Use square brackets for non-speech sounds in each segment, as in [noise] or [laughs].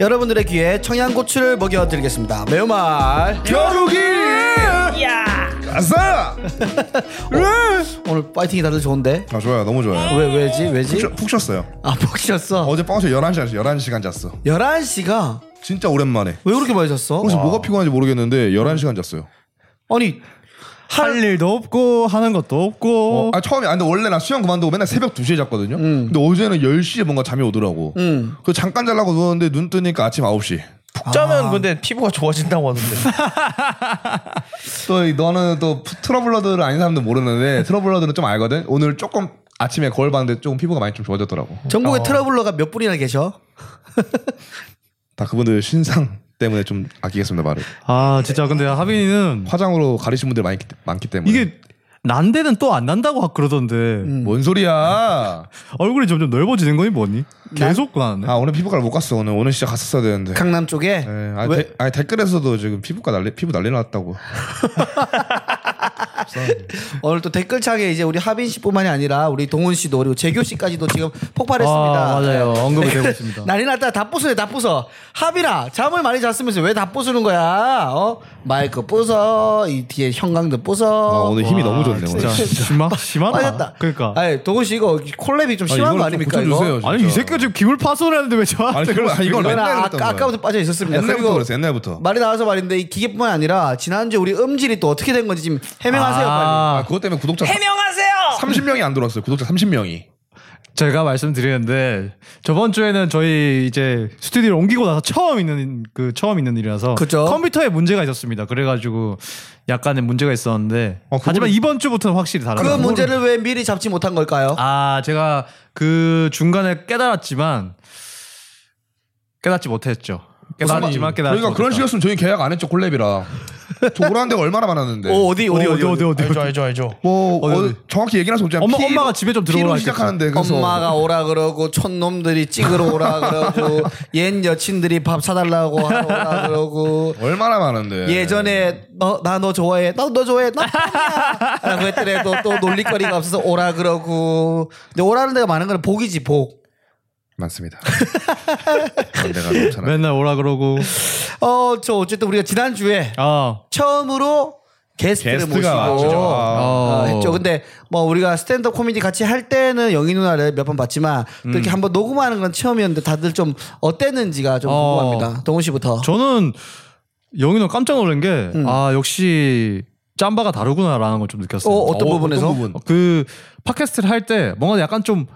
여러분들의 귀에 청양고추를 먹여드리겠습니다. 매운말. 겨루기 [laughs] 아싸 오늘 파이팅이 다들 좋은데? 아 좋아요 너무 좋아요 왜, 왜지? 푹, 왜지? 쉬- 푹 쉬었어요 아, 푹 쉬었어. 어제 밤새 11시간 11시간 잤어 11시가 진짜 오랜만에 왜 그렇게 많이 잤어? 혹시 뭐가 피곤한지 모르겠는데 11시간 잤어요 아니, 할 일도 없고 하는 것도 없고 어, 아 처음에 아 근데 원래 나 수영 그만두고 맨날 새벽 2시에 잤거든요 근데 어제는 10시에 뭔가 잠이 오더라고 음. 그 잠깐 자려고 누웠는데 눈 뜨니까 아침 9시 푹 자면 근데 피부가 좋아진다고 하던데. 또 이- 너는 또 푸- 트러블러들은 아닌 사람들 모르는데 트러블러들은 좀 알거든 오늘 조금 아침에 거울 봤는데 조금 피부가 많이 좀 좋아졌더라고 전국에 트러블러가 몇 분이나 계셔? 다 그분들 신상 때문에 좀 아끼겠습니다 말을 아 진짜 근데 하빈이는 화장으로 가리신 분들 많기, 많기 때문에 이게 난데는 또 안 난다고 그러던데 뭔 소리야 얼굴이 점점 넓어지는 거니 뭐니 계속 나네 아 오늘 피부과를 못 갔어 오늘 오늘 진짜 갔었어야 되는데 강남 쪽에? 네. 예, 아니, 왜? 데- 아니, 댓글에서도 지금 피부과 난리 피부 난리 났다고 오늘 또 댓글창에 이제 우리 하빈 씨뿐만이 아니라 우리 동훈 씨도 그리고 재규 씨까지도 지금 폭발했습니다. 아, 맞아요. 네. 언급이 댓글 [laughs] 되고 있습니다. 난리 났다. 다 부수네, 다 부서. 하빈아, 잠을 많이 잤으면서 왜 다 부수는 거야? 어? 마이크 부서, 이 뒤에 형광등 아, 부서. 오늘 힘이 너무 좋네 진짜 오늘 아, [laughs] 심하 심하다 빠졌다. 그러니까 아니, 아니, 동훈 씨 이거 콜랩이 좀 심한 거 아닙니까? 고쳐주세요, 이거? 진짜. 이 새끼가 지금 기물 파손을 하는데 왜 아니, 저한테 그걸- 그러시는 아니, 이걸 거예요? 이거는 옛날부터 아, 그런 거야. 까부터 빠져 있었습니다. 옛날부터 그리고 그랬어 옛날부터 말이 나와서 말인데 이 기계뿐만 아니라 지난주 우리 음질이 또 어떻게 된 건지 지금 해명하세요, 빨리. 아, 아 그것 때문에 구독자 해명하세요. 30명이 안 들어왔어요 구독자 30명이 제가 말씀드리는데 저번 주에는 저희 이제 스튜디오를 옮기고 나서 처음 있는 그 처음 있는 일이라서 그죠. 컴퓨터에 문제가 있었습니다. 그래가지고 약간의 문제가 있었는데 어, 그거는- 하지만 이번 주부터는 확실히 그 다르다. 문제를 왜 미리 잡지 못한 걸까요? 아 제가 그 중간에 깨달았지만 깨닫지 못했죠. 깨달았지만 깨닫지 저희가 그러니까 그런 못했다. 식이었으면 저희 계약 안 했죠 콜랩이라 저 오라는 데가 얼마나 많았는데 오, 어디, 어디, 어디, 어디, 어디. 알죠 알죠 알죠. 뭐 어, 정확히 얘기할 수 없지만 엄마- 피로- 엄마가 집에 좀 들어오라 피로 했겠죠. 시작하는데 그래서 엄마가 오라 그러고 촌놈들이 찍으러 [laughs] 오라 그러고 옛 여친들이 밥 사달라고 하러 오라 그러고 얼마나 많은데 예전에 너 나 너 좋아해 나도 너 좋아해 나 팬이야라고 했더래도 또 놀림거리가 없어서 오라 그러고 근데 오라는 데가 많은 거는 복이지 복. 많습니다 내가 괜찮아 맨날 오라 그러고 어 저 어쨌든 우리가 지난 주에 아 처음으로 게스트를 게스트가 모시고 왔죠. 어, 어. 했죠. 근데 뭐 우리가 스탠드업 코미디 같이 할 때는 영희 누나를 몇 번 봤지만 또 이렇게 한번 녹음하는 건 처음이었는데 다들 좀 어땠는지가 좀 어. 궁금합니다. 동훈 씨부터. 저는 영희는 깜짝 놀란 게 아 역시 짬바가 다르구나라는 걸 좀 느꼈어요. 어, 어떤 부분에서? 부분? 그 팟캐스트를 할 때 뭔가 약간 좀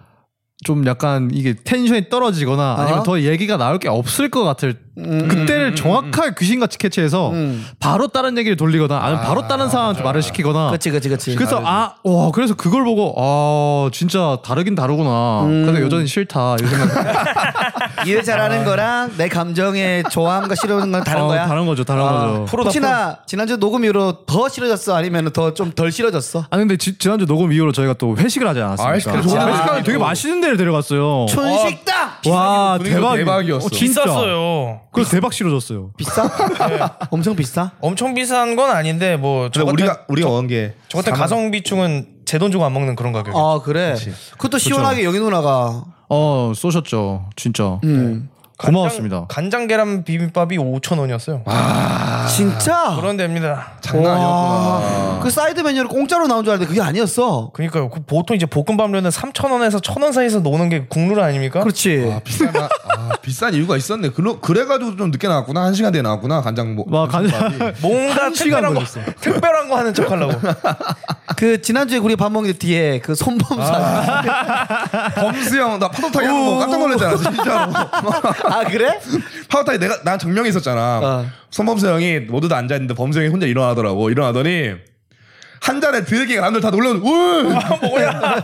좀 약간 이게 텐션이 떨어지거나 아니면 어? 더 얘기가 나올 게 없을 것 같을 음, 그때를 정확하게 귀신같이 캐치해서 바로 다른 얘기를 돌리거나 아니면 바로 다른 상황 말을 시키거나 그치 그치 네, 그치. 어. 그래서 아 와 그래서 그걸 보고 아 진짜 다르긴 다르구나 음. 근데 여전히 싫다 이 생각 일 잘하는 거랑 내 감정의 좋아함과 싫어하는 건 다른 아. 어, 거야. 다른 거죠 다른 거죠 프로다. 혹시나 지난주 녹음 이후로 더 싫어졌어 아니면 더 좀 덜 싫어졌어? 아 근데 지, 지난주 녹음 이후로 저희가 또 회식을 하지 않았습니까? 아, 회식하러 좋아. 회식하면 되게 맛있는 데를 데려갔어요. 촌식당 와 분위기도 대박 대박이었어. 어, 진짜. 비쌌어요. 그래서 대박 싫어졌어요. [laughs] 비싸? 네. 엄청 비싸? 엄청 비싼 건 아닌데 뭐 근데 저같은 우리가 우리가 원게 저 같은 가성비충은 제 돈 주고 안 먹는 그런 가격. 아 그래. 그것도 시원하게 영희 누나가 어 쏘셨죠 진짜. 음. 음. 고마웠습니다. 간장 계란 비빔밥이 5천 원이었어요. 아. 진짜 그런 데입니다. 장난 아니었구나 와, 그 사이드 메뉴로 공짜로 나온 줄 알았는데 그게 아니었어. 그러니까요. 그 보통 이제 볶음밥류는 3천 원에서 1,000원 사이에서 노는 게 국룰 아닙니까? 그렇지. 아, 비싼 아, 아, 비싼 이유가 있었네 그러, 그래가지고 좀 늦게 나왔구나 한 시간 뒤에 나왔구나 간장 뭐 와 아, 간장 뭔가 한 시간 특별한 거, 걸렸어. 특별한 거 하는 척 하려고. 아. 그 지난주에 우리 밥 먹는 뒤에 그 [laughs] 손범사. 아, 범수형 뭐, 나 파도 타기 하는 거 깜짝 놀랐잖아 진짜로 아, 그래? 파도 타기 내가 난 정명이 있었잖아 어. 손범수 형이 모두 다 앉아있는데 범수 형이 혼자 일어나더라고 일어나더니 한 잔에 들게 남들 다 놀라고 아, 우와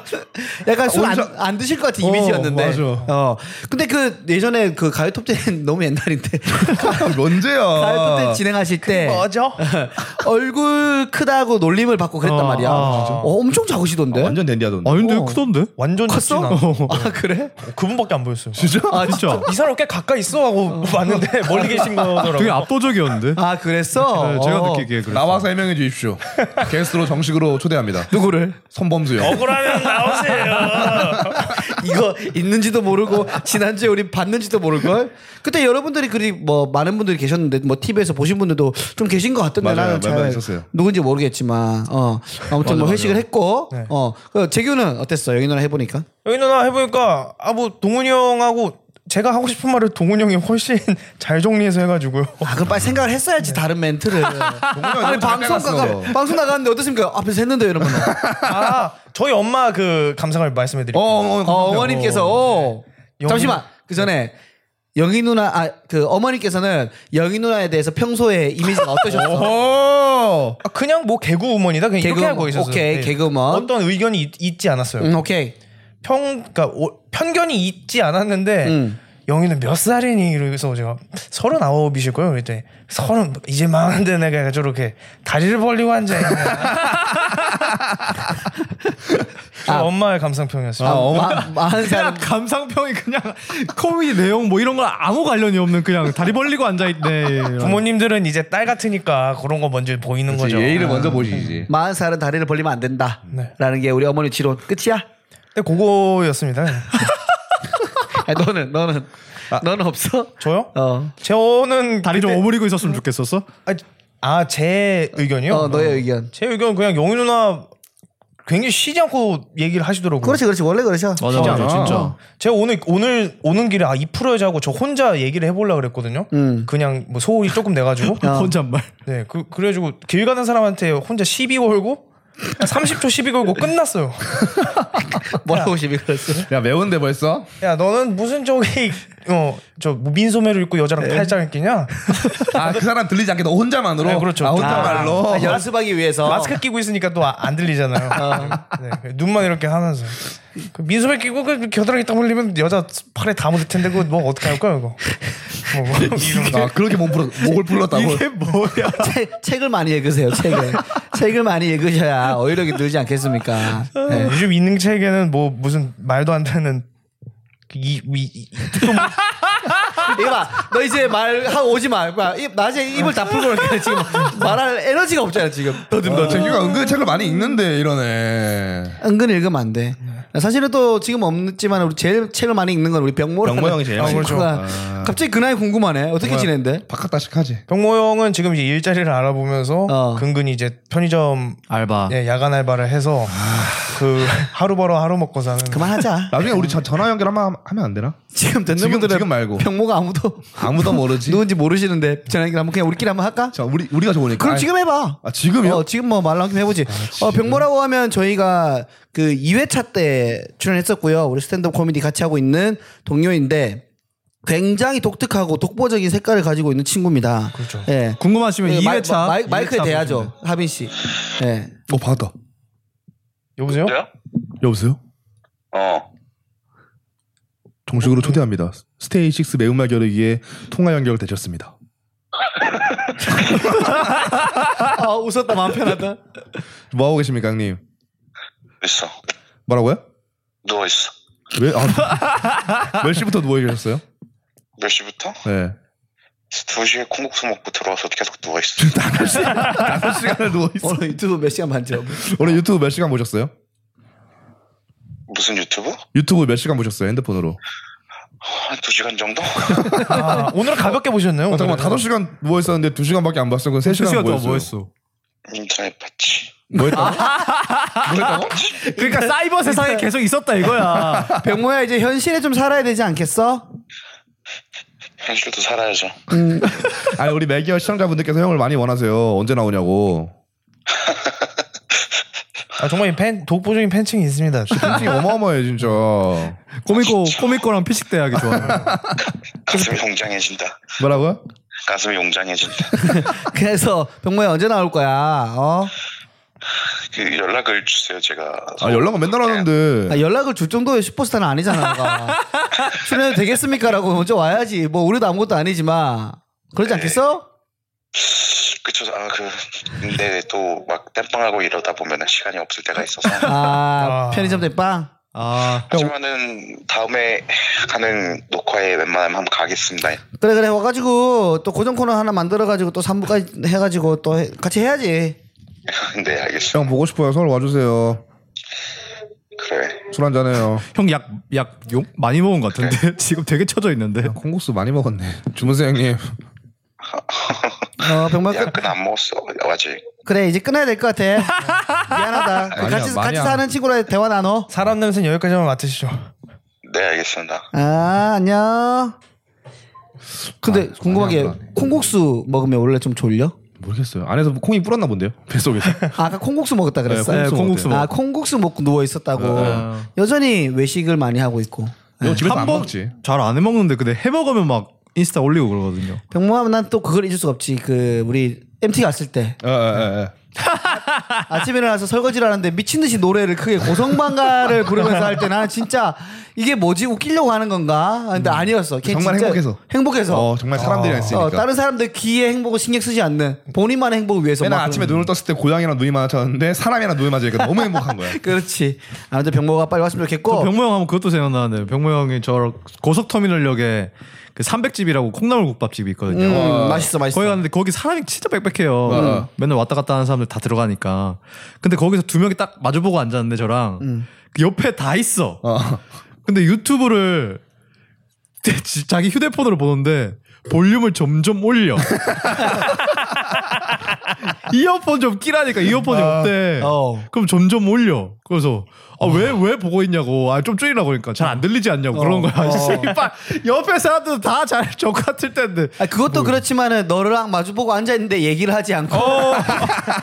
약간 술 안 혼자- 드실 것 같은 이미지였는데. 맞아. 어. 근데 그 예전에 그 가요톱텐 [laughs] 너무 옛날인데 그 언제야 어. 가요톱텐 진행하실 때 뭐죠? [laughs] 얼굴 크다고 놀림을 받고 그랬단 어, 말이야. 아, 진짜? 어, 엄청 작으시던데. 완전 댄디하던데 아니 근데 어. 크던데? 완전 컸어? 좋진 않아. 아 그래? 그분밖에 안 보였어요. 진짜? 아 진짜. 이 사람 꽤 가까이 있어 하고 봤는데 멀리 계신 거더라고. 되게 압도적이었는데. 아 그랬어. 네, [laughs] 제가 어. 느끼기에 그래. 나와서 [laughs] 해명해 주십시오 게스트로 정식으로 초대합니다 누구를? 손범수 형 억울하면 나오세요. 이거 있는지도 모르고 지난주에 우리 봤는지도 모를걸 그때 여러분들이 그리 뭐 많은 분들이 계셨는데 뭐 TV에서 보신 분들도 좀 계신 것 같던데 맞아요. 나는 잘 몇분 있었어요. 누군지 모르겠지만 어 아무튼 뭐 회식을 했고 네. 어그 재규는 어땠어 영희 누나 해보니까 여기 누나 해보니까 아 뭐 동훈이 형하고 제가 하고 싶은 말을 동훈이 형이 훨씬 [laughs] 잘 정리해서 [laughs] 해가지고요. 아 그럼 빨리 생각을 했어야지 다른 [laughs] 멘트를 아니 너무 잘 방송 나갔어. 나가 방송 나갔는데 어떻습니까 앞에서 했는데 여러분 [laughs] 아 저희 엄마 그 감상을 말씀해드릴게요. 어, 어, 어, 어, 어머님께서 어. 영희- 잠시만 그 전에 영희 누나 아 그 어머니께서는 영희 누나에 대해서 평소에 이미지가 [laughs] 어떠셨어? 어. 아, 그냥 뭐 개그 우먼이다 그냥 개그 이렇게 하고 우먼. 있었어요. 네. 오케이, 개그 우먼. 어떤 의견이 있, 있지 않았어요. 음, 오케이. 평 그러니까 오- 편견이 있지 않았는데 음. 영희는 몇 살이니 이러면서 제가 서른아홉이실 거예요 그랬더니 서른 이제 많은데 내가 저렇게 다리를 벌리고 앉아 있네 저 엄마의 감상평이었어요 아, 마- 마흔 그냥 살 감상평이 그냥 [laughs] 코미디 내용 뭐 이런 거랑 아무 관련이 없는 그냥 다리 벌리고 앉아 있네. 이런. 부모님들은 이제 딸 같으니까 그런 거 먼저 보이는 그렇지, 거죠 아. 예의를 먼저 보시지. 마흔 살은 다리를 벌리면 안 네. 된다라는 게 우리 어머니 지론 끝이야? 근데 그거였습니다 야, 너는 너는 너는 없어? 저요? 어. 저는 아, 다리 좀 오므리고 음. 있었으면 좋겠었어. 아제 의견이요? 어 너의 의견. 제 의견은 그냥 영희 누나 굉장히 쉬지 않고 얘기를 하시더라고요 그렇지 그렇지 원래 그러셔. 어, 맞아, 맞아, 진짜. 제가 오늘 오늘 오는 길에 아이 프로여자 하고 저 혼자 얘기를 해보려 고 그랬거든요. 음. 그냥 뭐 소홀히 조금 내가지고 아. 혼잣말. 네 그, 그래가지고 길 가는 사람한테 혼자 시비 걸고 30초 시비 걸고 끝났어요. 뭐라고 시비 걸었어? 야 매운데 벌써? 야 너는 무슨 저기 어저 뭐 민소매를 입고 여자랑 네. 팔짱을 끼냐? 아 그 사람 들리지 않게 너 혼자만으로. 네, 그렇죠. 아, 혼자말로. 아, 연습하기 어. 위해서. 마스크 끼고 있으니까 또 안 들리잖아요. 네, 눈만 이렇게 하면서 그 민소매 끼고 그 겨드랑이 딱 올리면 여자 팔에 다 묻을 텐데 그거 뭐 어떻게 할 거야 이거? 뭐, 뭐 이런 거. 아 그렇게 몸 풀어 목을 풀렀다고. 뭐야? 책, 책을 많이 읽으세요 책을 책을 많이 읽으셔야 어휘력이 늘지 않겠습니까 네, 요즘 있는 책에는 뭐 무슨 말도 안 되는 이, 이, 이- 이봐 너 이제 말하고 오지 마 이봐, 입, 낮에 입을 다 풀고 그러니까 지금 말할 에너지가 없잖아 지금 너 재규가 은근 책을 많이 읽는데 이러네. 은근 읽으면 안돼 사실은 또 지금 없지만 우리 제일 책을 많이 읽는 건 우리 병모라 병모 형이 제일 아, 많이 그렇죠. 갑자기 그 나이 궁금하네 어떻게 지낸대 바깥다식하지. 병모 형은 지금 이제 일자리를 알아보면서 어. 근근히 이제 편의점 알바. 예, 야간 알바를 해서 그 하루 벌어 하루 먹고 사는 [laughs] 그만하자 나중에 우리 저- 전화 연결 한번 함- 하면 안 되나? 지금 듣는 지금- 분들은 지금 말고. 병모가 아무도 아무도 [laughs] 모르지. 누군지 모르시는데 전화 연결 한번 그냥 우리끼리 한번 할까 자 우리 우리가 좋으니까. 그럼 지금 해봐 아 지금요? 어, 지금 뭐 말랑 좀 해보지. 어, 병모라고 하면 저희가 그 2회차 때 출연했었고요. 우리 스탠드업 코미디 같이 하고 있는 동료인데 굉장히 독특하고 독보적인 색깔을 가지고 있는 친구입니다. 그렇죠. 예. 궁금하시면 예, 이 마- 2회차 마, 이크에 2회차 대야죠. 하빈 씨. 예. 어 네, 받아. 여보세요? 저요? 여보세요? 어. 정식으로 초대합니다. 스테이 6 매운맛 겨루기에 통화 연결되셨습니다. 아, 웃었다. 마음 [laughs] 편하다. 뭐 하고 계십니까, 형님? 있어. 뭐라고요? 누워 있어. 왜? 아, [laughs] 몇 시부터 누워 계셨어요? 몇 시부터? 네. 2시에 콩국수 먹고 들어와서 계속 누워 [laughs] 있어. 다섯 시간을 누워 있어. 오늘 유튜브 몇 시간 반죠? 오늘 유튜브 몇 시간 보셨어요? 무슨 유튜브? 유튜브 몇 시간 보셨어요? 핸드폰으로. 한 2시간 정도? [laughs] 아, 오늘은 가볍게 보셨네요. 어, 잠깐만 오늘은. 다섯 시간 누워 있었는데 두 시간밖에 안 봤어요. 그세 시간 시간 뭐 동안 했어요? 뭐 했어? 인터넷 봤지. 뭐 했다고? [laughs] 그러니까 사이버 네. 세상에 계속 있었다 이거야. [laughs] 병모야 이제 현실에 좀 살아야 되지 않겠어? 현실도 살아야죠. 아니 우리 매기어 시청자분들께서 형을 많이 원하세요. 언제 나오냐고. 아, 정말 팬 독보적인 팬층이 있습니다. 팬층이 어마어마해 진짜. 꼬미꼬 꼬미꼬랑 피식 대하기 좋아. 가슴이 용장해진다. 뭐라고요? 가슴이 용장해진다. [laughs] 그래서 병모야 언제 나올 거야? 어? 그 연락을 주세요. 제가 아 연락은 맨날 하는데. 아, 연락을 줄 정도의 슈퍼스타는 아니잖아. 내가. 출연해도 되겠습니까라고 먼저 와야지. 뭐 우리도 아무것도 아니지만 그러지 않겠어? 그쵸. 아, 그 근데 또 막 땜빵하고 이러다 보면은 시간이 없을 때가 [laughs] 있어서. 아, 아. 편의점 대빵. 아 하지만은 다음에 하는 녹화에 웬만하면 한번 가겠습니다. [laughs] 그래 그래 와가지고 또 고정 코너 하나 만들어가지고 또 3부까지 해가지고 또 해- 같이 해야지. 네, 알겠어. 형 보고 싶어요. 서울 와주세요. 그래. 술 한잔해요. 형약약욕 많이 먹은 것 네. 같은데 [laughs] 지금 되게 쳐져 있는데. 콩국수 많이 먹었네. 주무세 형님. 어, 병마 끝. 약은 안 먹었어 아직 그래 이제 끊어야 될 것 같아. 미안하다. 그 아니야, 같이 같이 말이야. 사는 친구랑 대화 나눠. 사람 냄새는 여기까지만 맡으시죠. 네 알겠습니다 아 안녕. 근데 아, 궁금한 게 아니야, 아니야. 콩국수 먹으면 원래 좀 졸려? 모르겠어요. 안에서 뭐 콩이 불었나 본데요. [laughs] 뱃속에서. 아, 아까 콩국수 먹었다 그랬어. 네, 콩국수 아 먹었대요. 콩국수 먹고 누워 있었다고. 네. 여전히 외식을 많이 하고 있고. 네. 너 집에서 안 번- 먹지. 잘안 해먹는데 근데 해먹으면 막 인스타 올리고 그러거든요. 병모하면 난 또 그걸 잊을 수가 없지. 그 우리 MT 갔을 때 예, 예, 예. 아침에 일어나서 설거지를 하는데 미친 듯이 노래를 크게 고성방가를 부르면서 할 때 나는 아, 진짜 이게 뭐지 웃기려고 하는 건가? 근데 아니었어. 걔 정말 진짜 행복해서. 행복해서. 어, 정말 사람들이랑 있으니까. 어, 다른 사람들 귀에 행복을 신경 쓰지 않는 본인만의 행복을 위해서. 맨날 막 아침에 그러는 눈을 떴을 때 고양이랑 눈이 마주쳤는데 사람이랑 눈이 마주니까 너무 행복한 [laughs] 거야. 그렇지. 아무튼 병모가 빨리 왔으면 좋겠고. 병모 형 하면 그것도 생각나는데 병모 형이 저 고속터미널역에 그 삼백집이라고 콩나물국밥집이 있거든요. 음, 맛있어, 맛있어. 거기 갔는데 거기 사람이 진짜 빽빽해요. 음. 어. 맨날 왔다 갔다 하는 사람들 다 들어가니까. 근데 거기서 두 명이 딱 마주보고 앉았는데 저랑 그 옆에 다 있어. 어. 근데 유튜브를 지- 자기 휴대폰으로 보는데 볼륨을 점점 올려. [laughs] 이어폰 좀 끼라니까 이어폰이 없대. 어. 그럼 점점 올려. 그래서 아 왜 왜 보고 있냐고. 아 좀 줄이라고 그러니까 잘 안 들리지 않냐고 그런 거야. [laughs] 씨발 옆에 사람들 다 잘적 같을 텐데. 아, 뭐. 그것도 그렇지만은 너랑 마주보고 앉아있는데 얘기를 하지 않고. 어.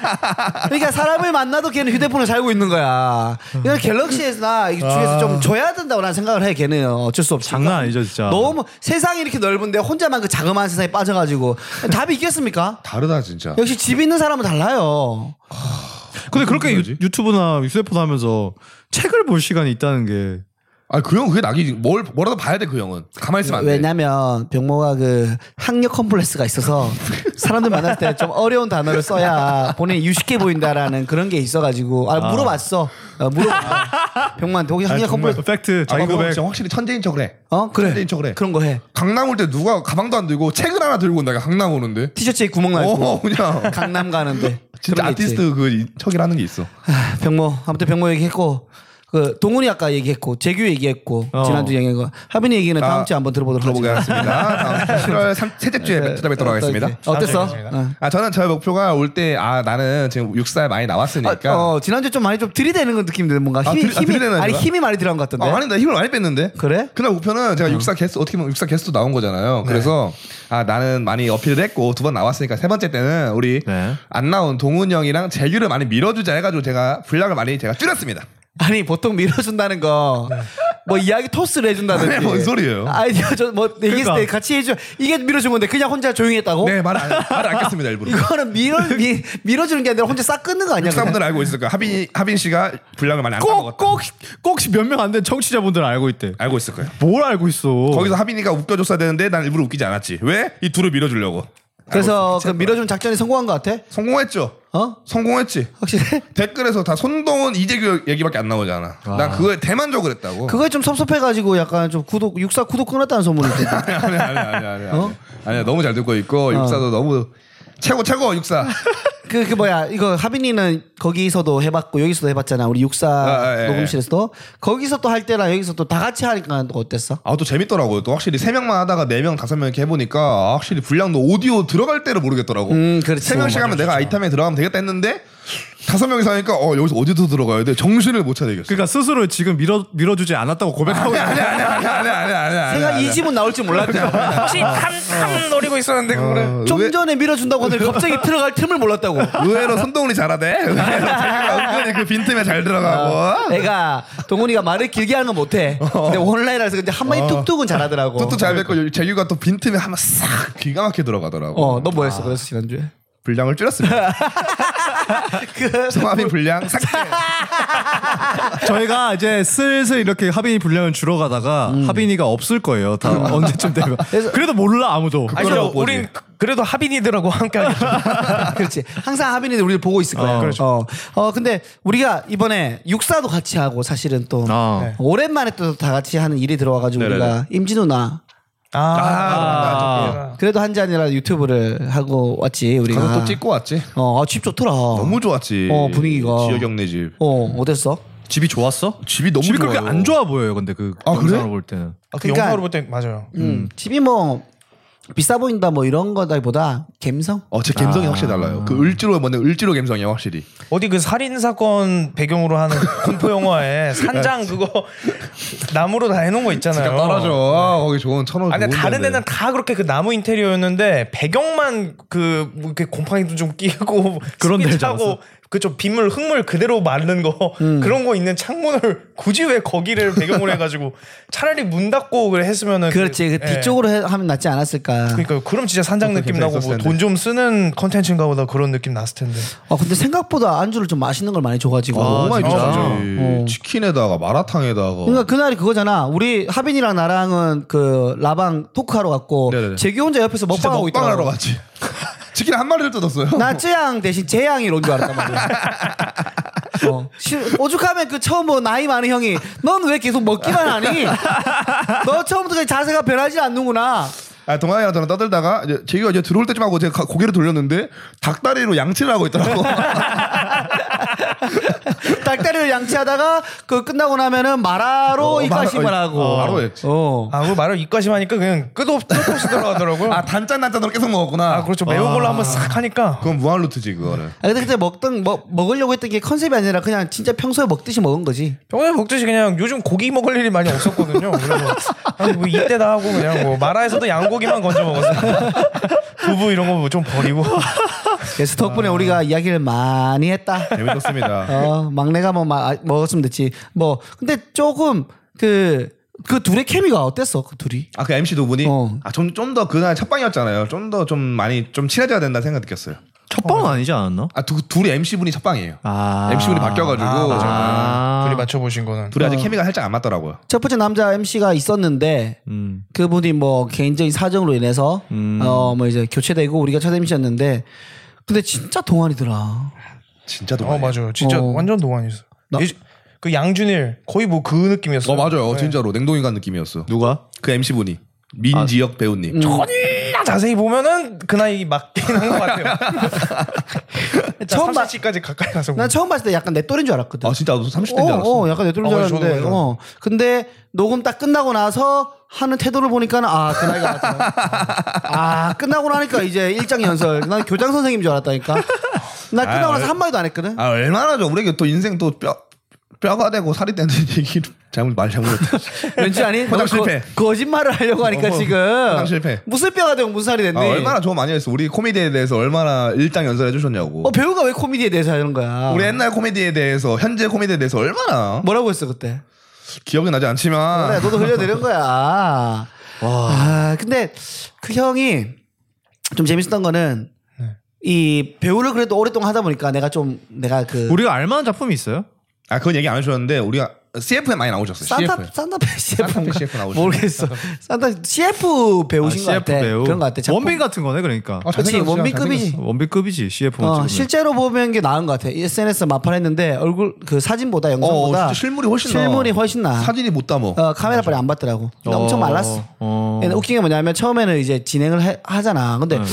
[laughs] 그러니까 사람을 만나도 걔는 휴대폰을 살고 있는 거야. 이건 갤럭시나 이 중에서 아. 좀 줘야 된다고 난 생각을 해, 걔는. 어쩔 수 없이. 장난 아니죠 진짜. 너무 세상이 이렇게 넓은데 혼자만 그 자그마한 세상에 빠져가지고 답이 있겠습니까? 다르다 진짜. 역시 집 있는 사람은 달라요. 근데 그렇게 힘들지? 유, 튜브나 휴대폰 하면서 책을 볼 시간이 있다는 게 아 그 형 그게 낙이지. 뭘 뭐라도 봐야 돼 그 형은. 가만히 있으면 안 돼. 왜냐면 병모가 그 학력 컴플렉스가 있어서 사람들 만날 때 좀 어려운 단어를 써야 본인이 유식해 보인다라는 그런 게 있어가지고 아 물어봤어 어, 물어봤어 병모한테 혹시 학력 컴플렉스 팩트 아, 자기 이거 고백. 진짜 확실히 천재인 척을 해. 어 그래 천재인 척을 해. 그런 거해 강남 올 때 누가 가방도 안 들고 책을 하나 들고 온다. 강남 오는데. 티셔츠에 구멍 나 있고 어 그냥 강남 가는데 [laughs] 진짜 그런 게 있지. 아티스트 그 이- 척이라는 게 있어. 아, 병모 아무튼 병모 얘기했고 그 동훈이 아까 얘기했고 재규 얘기했고 어. 지난주 얘기했고 하빈이 얘기는 다음 주에 한번 들어보도록 하겠습니다. 아, 들어보겠습니다. 다음 [laughs] 7월 3, 셋째 주에 찾아뵙도록 하겠습니다. 네. 어땠어? 알겠습니다. 어. 아 저는 저의 목표가 올 때 아 나는 지금 육살 많이 나왔으니까. 아, 어, 지난주 좀 많이 좀 들이대는 건 느낌이 드는 뭔가 아, 힘이 들이- 아, 힘이 들이대는 아니 거야? 힘이 많이 들어간 것 같던데. 아니 나 힘을 많이 뺐는데. 네. [laughs] 그래? 네. 그날 목표는 제가 육사 개수 어떻게 보면 육사 개수 나온 거잖아요. 그래서 아 나는 많이 어필을 했고 두 번 나왔으니까 세 번째 때는 우리 네. 안 나온 동훈 형이랑 재규를 많이 밀어주자 해가지고 제가 분량을 많이 제가 줄였습니다. 아니 보통 밀어준다는 거. 뭐 이야기 토스를 해준다든지 네, 뭔 소리예요? 아이디어 저뭐 얘기했을 때 그러니까. 같이 해줘 이게 밀어준 건데 그냥 혼자 조용히 했다고? 네 말을 안, 말을 안 깼습니다 일부러. 어? 이거는 밀어 미, 밀어주는 게 아니라 혼자 싹 끊는 거 아니야? 그냥? 육사분들 알고 있을 거야. 하빈 하빈 씨가 분량을 많이 안 까먹었다. 꼭꼭꼭몇명 안 된 청취자분들은 알고 있대. 알고 있을 거예요. 뭘 알고 있어? 거기서 하빈이가 웃겨줬어야 되는데 난 일부러 웃기지 않았지. 왜? 이 둘을 밀어주려고. 알고 그래서 있을 그 거야. 밀어준 작전이 성공한 것 같아? 성공했죠. 어? 성공했지. 확실해? 어. 댓글에서 다 손동훈 이재규 얘기밖에 안 나오잖아. 난 그거에 대만족을 했다고. 그거에 좀 섭섭해가지고 약간 좀 구독 육사 구독 끊었다는 소문이 있대. [laughs] 아니 아니 아니 아니 어? 아니. 아니야 너무 잘 듣고 있고 육사도 너무 최고 최고 육사. 그, 그 뭐야 이거 하빈이는 거기서도 해봤고 여기서도 해봤잖아 우리 육사 아, 예, 녹음실에서도 거기서 또 할 때랑 여기서 또 다 같이 하니까 또 어땠어? 아 또 재밌더라고요. 또 확실히 세 명만 하다가 네 명 다섯 명 이렇게 해보니까 아, 확실히 분량도 오디오 들어갈 때를 모르겠더라고. 음, 그렇지. 세 명씩 하면 내가 아이템에 들어가면 되겠다 했는데 다섯 명이서 하니까 어 여기서 어디서 들어가야 돼 정신을 못 차리겠어. 그러니까 스스로 지금 밀어 밀어주지 않았다고 고백하고 [laughs] 있는 아니 아니 아니 아니 아니 아니 아니. 내가 이 집은 나올 줄 몰랐다. 혹시 탐탐 노리고 있었는데 그거를 좀 전에 밀어준다고 하더니 갑자기 들어갈 틈을 몰랐다고. 의외로 손동훈이 잘하대. 의외로 자기가 은근히 그 빈틈에 잘 들어가고. 내가 동훈이가 말을 길게 하는 건 못해. 근데 온라인에서 근데 한마디 툭툭은 잘하더라고. 또또 잘 뵙고 재규가 또 빈틈에 한번 싹 기가 막히게 들어가더라고. 어, 너 뭐했어? 그래서 지난주에. [laughs] 분량을 줄였습니다. 그 성함이 분량 삭제. 저희가 이제 슬슬 이렇게 하빈이 분량은 줄어가다가 음. 하빈이가 없을 거예요. 다 언제쯤 [laughs] 되면. 그래도 몰라 아무도. 그러니까 아니 그거라고 보지. 우린 그- 그래도 하빈이들하고 함께 하겠죠. 그렇지. 항상 하빈이는 우리를 보고 있을 거야. 어, 그렇죠. 어. 어, 근데 우리가 이번에 육사도 같이 하고 사실은 또 아. 네. 오랜만에 또 다 같이 하는 일이 들어와가지고 네네네. 우리가 임진우나 아, 아. 그래도 한 잔이라 유튜브를 하고 왔지 우리가. 가서 또 찍고 왔지. 어, 아, 집 좋더라. 너무 좋았지. 어, 분위기가. 지역 경내 집. 어, 어땠어? 집이 좋았어? 집이 너무 집이 좋아요. 그렇게 안 좋아 보여요. 근데 그 아, 그래? 영상으로 볼 때는. 아, 그 그러니까- 영상으로 볼 때 맞아요. 음, 집이 뭐 비싸 보인다 뭐 이런 거다기보다 갬성. 어, 제 감성이 확실히 달라요. 그 을지로 뭔데 을지로 감성이에요, 확실히. 어디 그 살인 사건 배경으로 하는 공포 영화에 산장 그거 나무로 다 해놓은 거 있잖아요. 떨어져. 아, 거기 좋은 천원. 아니 좋은 다른 데인데. 데는 다 그렇게 그 나무 인테리어였는데 배경만 그뭐 이렇게 곰팡이도 좀 끼고 그런 데를 잡았어. 차고 그 좀 빗물 흙물 그대로 마른 거 그런 거 있는 창문을 굳이 왜 거기를 배경으로 해가지고 차라리 문 닫고 그래 네, 했으면은 그렇지. 그 예. 뒤쪽으로 해- 하면 낫지 않았을까. 그러니까 그럼 진짜 산장 느낌 괜찮았을 나고 뭐 텐데. 돈 좀 쓰는 컨텐츠인가 보다 그런 느낌 났을 텐데 아 근데 생각보다 안주를 좀 맛있는 걸 많이 줘가지고. 너무 많이 진짜. 좋아. 어. 치킨에다가 마라탕에다가. 그러니까 그날이 그거잖아. 우리 하빈이랑 나랑은 그 라방 토크하러 갔고 네네네. 재규 혼자 옆에서 진짜 먹방하고 먹방 하러 있더라고. 갔지. 치킨 한 마리를 뜯었어요. 나 쯔양 대신 재양이 온줄 알았단 [laughs] 말이야. 어. 실- 오죽하면 그 처음 뭐 나이 많은 형이 넌 왜 계속 먹기만 하니? 너 처음부터 자세가 변하지 않는구나. 아, 동아이랑 저랑 떠들다가 이제 제이가 이제 들어올 때쯤 하고 제가 가- 고개를 돌렸는데 닭다리로 양치를 하고 있더라고. 닭다리를 양치하다가 그 끝나고 나면은 마라로 어, 이과심을 마라- 하고. 어, 마라로 했지. 어. 아그 말을 입가심 하니까 그냥 끝없 끝없이 들어가더라고요 아 아, 단짠 단짠으로 계속 먹었구나. 그렇죠 매운 걸로 한번 싹 하니까 그건 무한루트지 그거는. 아, 근데 그때 먹던 먹 먹으려고 했던 게 컨셉이 아니라 그냥 진짜 평소에 먹듯이 먹은 거지. 평소에 먹듯이 그냥 요즘 고기 먹을 일이 많이 없었거든요. 그래서 아, 뭐 이때다 하고 그냥 뭐 마라에서도 양고기만 건져 먹었어요. [laughs] 두부 이런 거뭐 좀 버리고 그래서 덕분에 아. 우리가 이야기를 많이 했다. 재밌었습니다. 어, 막내가 뭐 마- 먹었으면 됐지. 뭐 근데 조금 그 그 둘의 케미가 어땠어? 그 둘이? 아 그 MC 두 분이 어. 아, 좀 좀 더 그날 첫 방이었잖아요. 좀 더 좀 많이 좀 친해져야 된다 생각 느꼈어요. 첫 방은 아니지 않았나? 아 두, 둘이 MC 분이 첫 방이에요. 아. MC 분이 바뀌어가지고 아. 둘이 맞춰 보신 거는 둘이 아직 케미가 살짝 안 맞더라고요. 첫 번째 남자 MC가 있었는데 음. 그분이 뭐 개인적인 사정으로 인해서 어 뭐 이제 교체되고 우리가 첫 MC였는데 근데 진짜 동안이더라. 진짜 어 동안. 맞아요. 진짜 어. 완전 동안이었어. 나- 요 그 양준일 거의 뭐 그 느낌이었어요. 어 맞아요. 진짜로 냉동이 간 느낌이었어. 누가? 그 MC 분이 민지혁 배우님. 딱 자세히 보면은 그 나이 맞긴 한 [laughs] 것 같아요. 처음 처음 봐- 30까지 가까이 가서 난 처음 봤을 때 약간 내 또래인 줄 알았거든. 아 진짜 30대인 줄 알았어. 어, 어, 약간 내 또래인 줄 어, 저는 알았는데. 그래요. 어. 근데 녹음 딱 끝나고 나서 하는 태도를 보니까 아, 그 나이가 [laughs] 알았구나. 아, 끝나고 나니까 이제 일장 연설. 난 교장 선생님인 줄 알았다니까. 나 끝나고 나서 한마디도 안 했거든. 아 얼마나 좀 우리에게 또 인생 또 뼈 뼈가 되고 살이 되는 [laughs] 얘기를 잘못 말 잘못했다. [laughs] 왠지 아니? 너무 포장 실패. 거, 거짓말을 하려고 하니까 어, 지금. 포장 실패. 무슨 뼈가 되고 무슨 살이 아, 됐니? 얼마나 조언 많이 했어. 우리 코미디에 대해서 얼마나 일장 연설해 주셨냐고. 어, 배우가 왜 코미디에 대해서 하는 거야? 우리 옛날 코미디에 대해서 현재 코미디에 대해서 얼마나 뭐라고 했어, 그때? 기억이 나지 않지만 그래, 네, 너도 흘려내는 거야. 아, 근데 그 형이 좀 재밌었던 거는 네. 이 배우를 그래도 오랫동안 하다 보니까 내가 좀 내가 그 우리가 알만한 작품이 있어요? 아 그건 얘기 안 해주셨는데 우리가 CF에 많이 나오셨어요. 산타 CF. 산타페 CF 산타페 인가? CF 나오시죠. 모르겠어. 산타 CF 배우신 것 아, 같아. 그런 것 같아. 작품. 원빈 같은 거네 그러니까. 아, 그치, 잘생겼어, 원빈급이지. 원빈급이지 CF 만 어, 찍으면. 실제로 보면 게 나은 것 같아. SNS 마판했는데 얼굴 그 사진보다 영상보다 어, 진짜 실물이 훨씬 나아. 실물이 훨씬 나. 사진이 못 담어. 어, 카메라 빨이 안 받더라고. 근데 엄청 어, 말랐어. 어. 근데 웃긴 게 뭐냐면 처음에는 이제 진행을 해- 하잖아. 근데 네.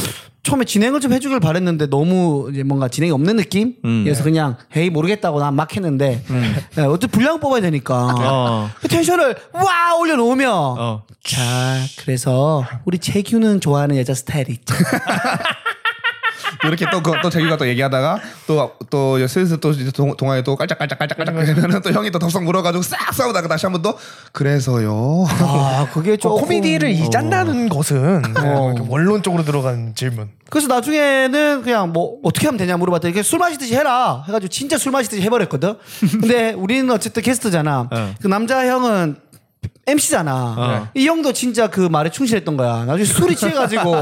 처음에 진행을 좀 해주길 바랬는데 너무 이제 뭔가 진행이 없는 느낌? 음. 그래서 그냥 에이 모르겠다고 난 막 했는데 네, 어쨌든 분량 뽑아야 되니까 어. 그 텐션을 와 올려놓으면 어. 자 그래서 우리 재규는 좋아하는 여자 스타일이 있죠. 이렇게 또또 재규가 또 얘기하다가 또 또 슬슬 또 이제 동- 동아에 또 깔짝깔짝깔짝깔짝 음. 그러면은 또 형이 또 덥석 물어가지고 싹 싸우다가 다시 한번 또 그래서요. 아 그게 어, 좀 코미디를 이짠다는 것은 어. 이렇게 원론적으로 들어간 질문. 그래서 나중에는 그냥 뭐 어떻게 하면 되냐 물어봤더니 그냥 술 마시듯이 해라 해가지고 진짜 술 마시듯이 [laughs] 해버렸거든. 근데 우리는 어쨌든 게스트잖아. 어. 그 남자 형은 MC잖아. 어. 이 형도 진짜 그 말에 충실했던 거야. 나중에 술이 [laughs] 취해가지고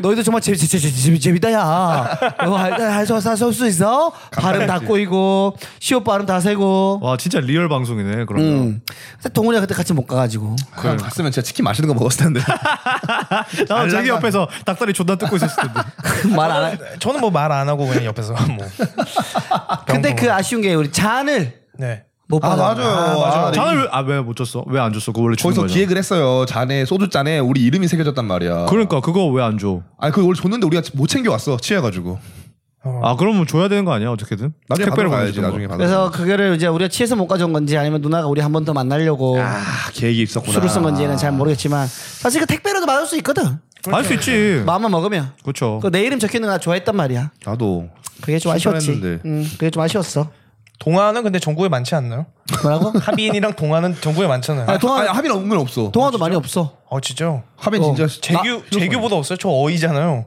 너희들 정말 재미 재미 재미 재미 재미다 야. 너할수 있어? 발음 다 꼬이고 시옷 발음 다 세고. 와 진짜 리얼 방송이네 그러면. 음. 근데 동훈이가 그때 같이 못 가가지고. [laughs] 그냥 갔으면 진짜 치킨 맛있는 거 먹었을 텐데. 나 자기 옆에서 닭다리 존나 뜯고 있었을 텐데. 말안 해. 저는 뭐 말 안 하고 그냥 옆에서 [laughs] 뭐. 근데 그 아쉬운 게 우리 잔을 네. 못 받아. 아, 장을 아왜 못 줬어? 왜 안 줬어? 그거 원래 주는 거기서 거잖아. 기획을 했어요. 잔에 소주 잔에 우리 그 이름이 새겨졌단 말이야. 그러니까 그거 왜 안 줘? 아니 그걸 줬는데 우리가 못 챙겨 왔어. 취해가지고. 아 그러면 줘야 되는 거 아니야 어떻게든? 나중에 택배를 받으러 가야지 보내주던 거. 나중에 받아. 그래서 그거를 이제 우리가 취해서 못 가져온 건지 아니면 누나가 우리 한 번 더 만나려고 아 계획이 있었구나. 술을 쓴 건지는 잘 모르겠지만 사실 그 택배로도 받을 수 있거든. 할 수 있지. 마음만 먹으면. 그렇죠. 그 내 이름 적혀 있는 거 나 좋아했단 말이야. 나도 그게 좀 아쉬웠지. 신선했는데. 음, 그게 좀 아쉬웠어. 동화는 근데 전국에 많지 않나요? 뭐라고? [laughs] 하비인이랑 동화는 전국에 많잖아요. 아, 동화 아니 합의는 없는 건 없어. 동화도 많이 없어. 어 진짜. 합의 진짜 아, 재규 재규보다 없어요. 저 어이잖아요.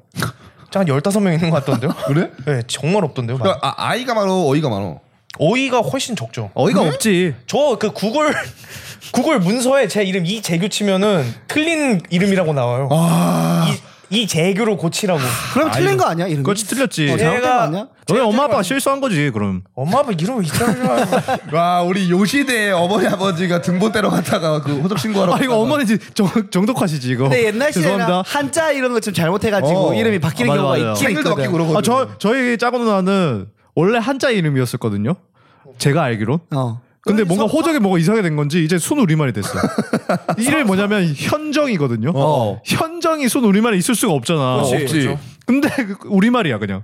한 열다섯 명 있는 것 같던데요? 그래? 네, 정말 없던데요. 많이. 그러니까 아, 아이가 많어 어이가 많어. 어이가 훨씬 적죠. 어이가 없지. 저 그 구글 [laughs] 구글 문서에 제 이름 이재규 치면은 틀린 이름이라고 나와요. 이, 이재규로 고치라고. 그럼 틀린 거 아니야 이름? 그렇지 틀렸지. 어, 잘못된 거 제가- 아니야? 너희 엄마 아빠가 실수한 거지 그럼. 엄마 아빠 이름을 이따가 와 우리 요시대의 어머니 아버지가 등본대로 갔다가 그 호적 신고하러. 아 이거 어머니 지- 정, 정독하시지 이거. 근데 옛날 시대는 어, 죄송합니다. 한자 이런 거 좀 잘못해가지고 어. 이름이 바뀌는 아, 맞아, 경우가 맞아. 있긴 생일도 있거든. 바뀌고 그러거든. 아, 저 저희 작은 누나는 원래 한자 이름이었었거든요. 제가 알기론. 어. 그 근데 뭔가 호적이 뭐가 이상하게 된 건지 이제 [laughs] 순우리말이 됐어. 이름이 뭐냐면 현정이거든요. 어. 현정이 순우리말에 있을 수가 없잖아. 없지. 근데 그 우리말이야 그냥.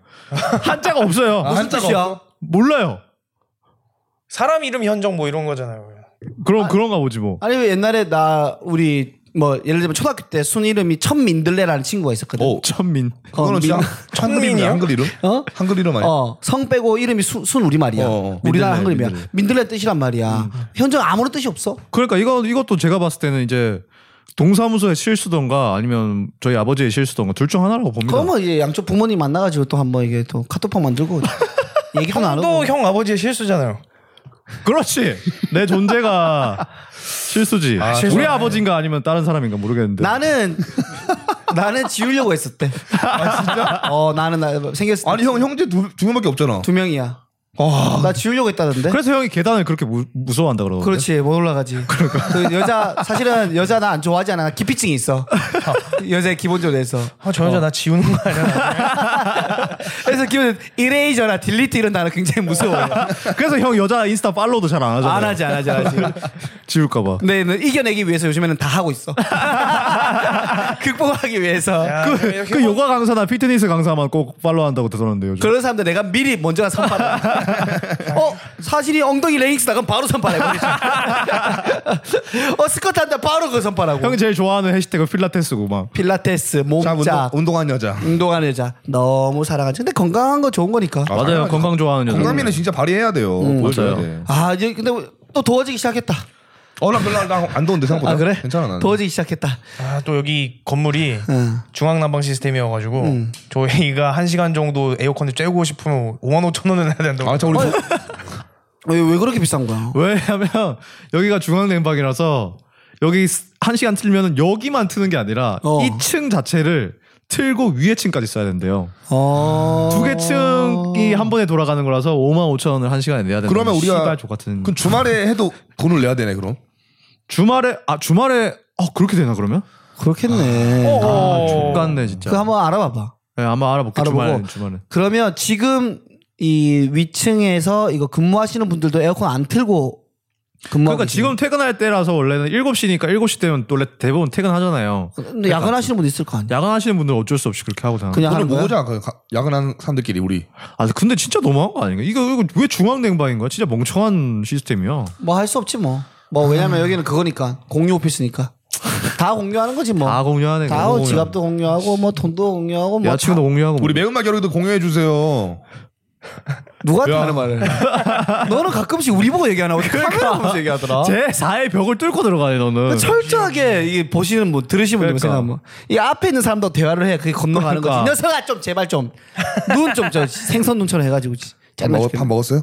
한자가 없어요. 아, 한자가 뜻이야? 없어? 몰라요. 사람 이름 현정 뭐 이런 거잖아요. 그럼 그런가 보지 뭐. 아니 왜 옛날에 나 우리 뭐 예를 들면 초등학교 때 순 이름이 천민들레라는 친구가 있었거든. 오. 천민. 그거는 진짜 한글 이름이야, 천민이요? 한글 이름? 어? 한글 이름 아니야? 어, 성 빼고 이름이 순, 순 우리말이야. 어, 어. 우리나라 민들레, 한글이야. 민들레. 민들레 뜻이란 말이야. 현정 아무런 뜻이 없어. 그러니까 이거 이것도 제가 봤을 때는 이제 동사무소의 실수던가 아니면 저희 아버지의 실수던가 둘 중 하나라고 봅니다. 그러면 뭐 이제 양쪽 부모님 만나가지고 또 한번 이게 또 카톡방 만들고 얘기도 나누고. 형도 형 아버지의 실수잖아요. 그렇지. 내 존재가 실수지. 우리 아버지인가 아니면 다른 사람인가 모르겠는데. 나는 [laughs] 나는 지우려고 했었대. 아 진짜? 어 나는 나 생겼을 때 아니 형 형제 두, 두 명밖에 없잖아. 두 명이야. 와. 나 지우려고 했다던데. 그래서 형이 계단을 그렇게 무, 무서워한다 그러던데. 그렇지 못 올라가지. 그 여자 사실은 여자 나 안 좋아하지 않아. 나 기피증이 있어. 여자의 기본적으로 해서. 아, 저 여자 나 지우는 거 [laughs] 아니야? 그래서 기본 이레이저나 딜리트 이런 단어 굉장히 무서워요. 그래서 형 여자 인스타 팔로우도 잘 안 하잖아. 안 하지 음. 안 하지 안 [laughs] 하지. 지울까 봐. 근데 얘는 네, 이겨내기 위해서 요즘에는 다 하고 있어. [laughs] 극복하기 위해서. 그, 그 요가 강사나 피트니스 강사만 꼭 팔로우한다고 들었는데 요즘. 그런 사람들 내가 미리 먼저 [laughs] 선발해. 어 사실이 엉덩이 레깅스다 그럼 바로 선발해 [laughs] 버리지. 어 스쿼트 한다 바로 그 선발하고. 형이 제일 좋아하는 해시태그 필라테스고 막. 필라테스 자 운동, 몸자 운동한 여자. 운동하는 여자 너무 사랑하지. 근데 건강한 거 좋은 거니까. 아, 맞아요. 건강 좋아하는 공감이는 진짜 발휘해야 돼요. 보여줘야 네. 맞아요. 돼. 아 이제 근데 또 더워지기 시작했다. 어나 별로 나안 더운데 생각보다. 아 그래? 괜찮아 나는. 더워지기 시작했다. 어. 아, 또 여기 건물이 응. 중앙난방 시스템이어가지고 저희가 한 시간 정도 에어컨을 쬐고 싶으면 5만 5천 원을 해야 된다고. 아저 우리 뭐, 보- 왜, 왜 그렇게 비싼 거야? 왜냐면 여기가 중앙 냉방이라서 여기 스- 한 시간 틀면은 여기만 트는 게 아니라 어. 이 층 자체를 틀고 위에 층까지 써야 된대요. 어... 두 개 층이 한 번에 돌아가는 거라서 5만 5천 원을 한 시간에 내야 된다. 그러면 우리가 씨발 같은. 그 주말에 해도 돈을 내야 되네 그럼. 주말에 아 주말에 어 그렇게 되나 그러면? 그렇겠네. 어. 아 족같네 진짜. 그거 한번 알아봐봐. 네, 아마 알아볼게 알아보고. 주말에 주말에. 그러면 지금 이 위층에서 이거 근무하시는 분들도 에어컨 안 틀고 뭐 근무하고 그러니까 지금 퇴근할 때라서 원래는 7시니까 7시 되면 원래 대부분 퇴근하잖아요. 계시네. 근데 야근하시는 분 있을 거 아니야? 야간하시는 분들은 어쩔 수 없이 그렇게 하고 다니는 그냥 돈을 하는 거야? 모으자 그 가- 야근하는 사람들끼리 우리. 아 근데 진짜 너무한 거 아닌가? 이거, 이거 왜 중앙냉방인 거야? 진짜 멍청한 시스템이야. 뭐 할 수 없지 뭐. 뭐 아. 왜냐면 여기는 그거니까 공유 오피스니까 다 공유하는 거지 뭐. 다 공유하네. 다 공유. 지갑도 공유하고 뭐 돈도 공유하고 뭐 여자친구도 공유하고. 우리 매운맛 여러분들 공유해 주세요. 누가 야. 하는 말을? [laughs] 너는 가끔씩 우리 보고 얘기 안 하고 카메라 보면서 얘기하더라. 그러니까. 뭐. 제 4의 벽을 뚫고 들어가네 너는. 철저하게 이게 보시는 분 들으시는 분들 음. 그러니까. 생각하면 이 앞에 있는 사람도 대화를 해 그게 건너가는 그러니까. 거지. 이 녀석아 좀 제발 좀 눈 좀 저 생선 눈처럼 해가지고 지- 밥, 짜증나 먹, 밥 죽겠네. 먹었어요?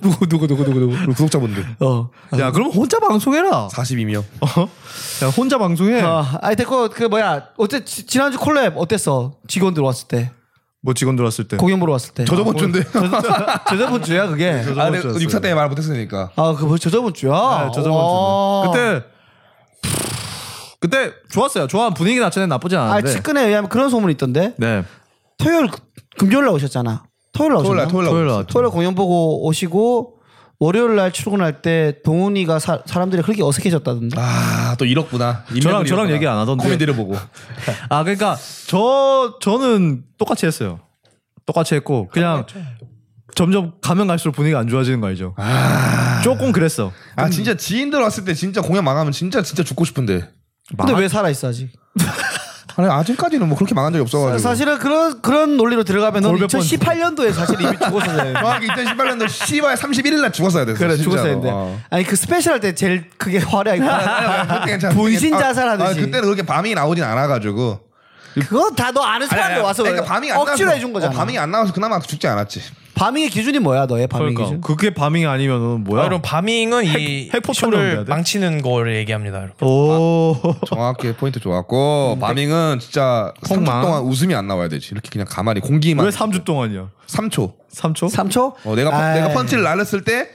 누구 누구 누구 누구 누구. 우리 구독자분들 어. 야 그럼 혼자 방송해라. 42명. 야 혼자 방송해. 아, 아니 됐고 그 뭐야 어때 지- 지난주 콜랩 어땠어 직원 들어왔을 때 뭐 직원 들어왔을 때. 공연 보러 왔을 때 저 저번 주인데. 저저번 주야 그게 [laughs] 아, 근데 저번 주였어요. 육사 때말 못했으니까. 아그 뭐 저저번 주야 네, 저 어. 저번 주인데. 그때 그때 좋았어요. 좋아한 분위기 자체는 나쁘지 아 않은데. 측근에 의하면 그런 소문이 있던데 네. 토요일 금요일 날 오셨잖아 토요일 날 토요일 오셨나 날 토요일 날. 토요일 오셨어요. 날. 토요일 공연 보고 오시고 월요일 날 출근할 때 동훈이가 사, 사람들이 그렇게 어색해졌다던데. 아, 또 이렇구나. 저랑 인맥을 저랑 잃었구나. 아, 얘기 안 하던데. 코미디를 보고. 아 그러니까 저 저는 똑같이 했어요. 똑같이 했고 그냥 점점 가면 갈수록 분위기가 안 좋아지는 거 알죠? 조금 그랬어. 아 진짜 지인들 왔을 때 진짜 공연 망하면 진짜 진짜 죽고 싶은데 근데 왜 살아 있어 아직? 아니 아직까지는 뭐 그렇게 망한 적이 없어가지고 사실은 그런 그런 논리로 들어가면 골몇 번 2018년도에 사실 이미 [laughs] 죽었어요. 정확히 2018년도 10월 31일 날 죽었어야 됐어 그래 진짜로. 죽었어야 했는데 어. 아니 그 스페셜 때 제일 그게 [laughs] 화려하고 아, 그때 괜찮아. [laughs] 분신 아, 자살하듯이. 아, 그때는 그렇게 밤이 나오진 않아가지고 그거 다 너 아는 아니, 아니, 사람들 와서 그러니까 밤이 안 억지로 나와서- 해준 거잖아. 어, 밤이 안 나와서 그나마 죽지 않았지 밤의 기준이 뭐야 너의 밤의 그러니까 기준? 그게 밤이 아니면은 뭐야? 아, 그럼 바밍은 이 핵- 핵폭탄 넣어야 쇼를 돼? 망치는 걸 얘기합니다. 여러분. [laughs] [laughs] 오 정확히 포인트 음, 좋았고 바밍은 진짜 3초 폭망. 동안 웃음이 안 나와야 되지 이렇게 그냥 가만히 공기만 왜 3주 동안이야? 3초 3초? 3초? 어, 내가 펀- 아이. 내가 펀치를 날렸을 때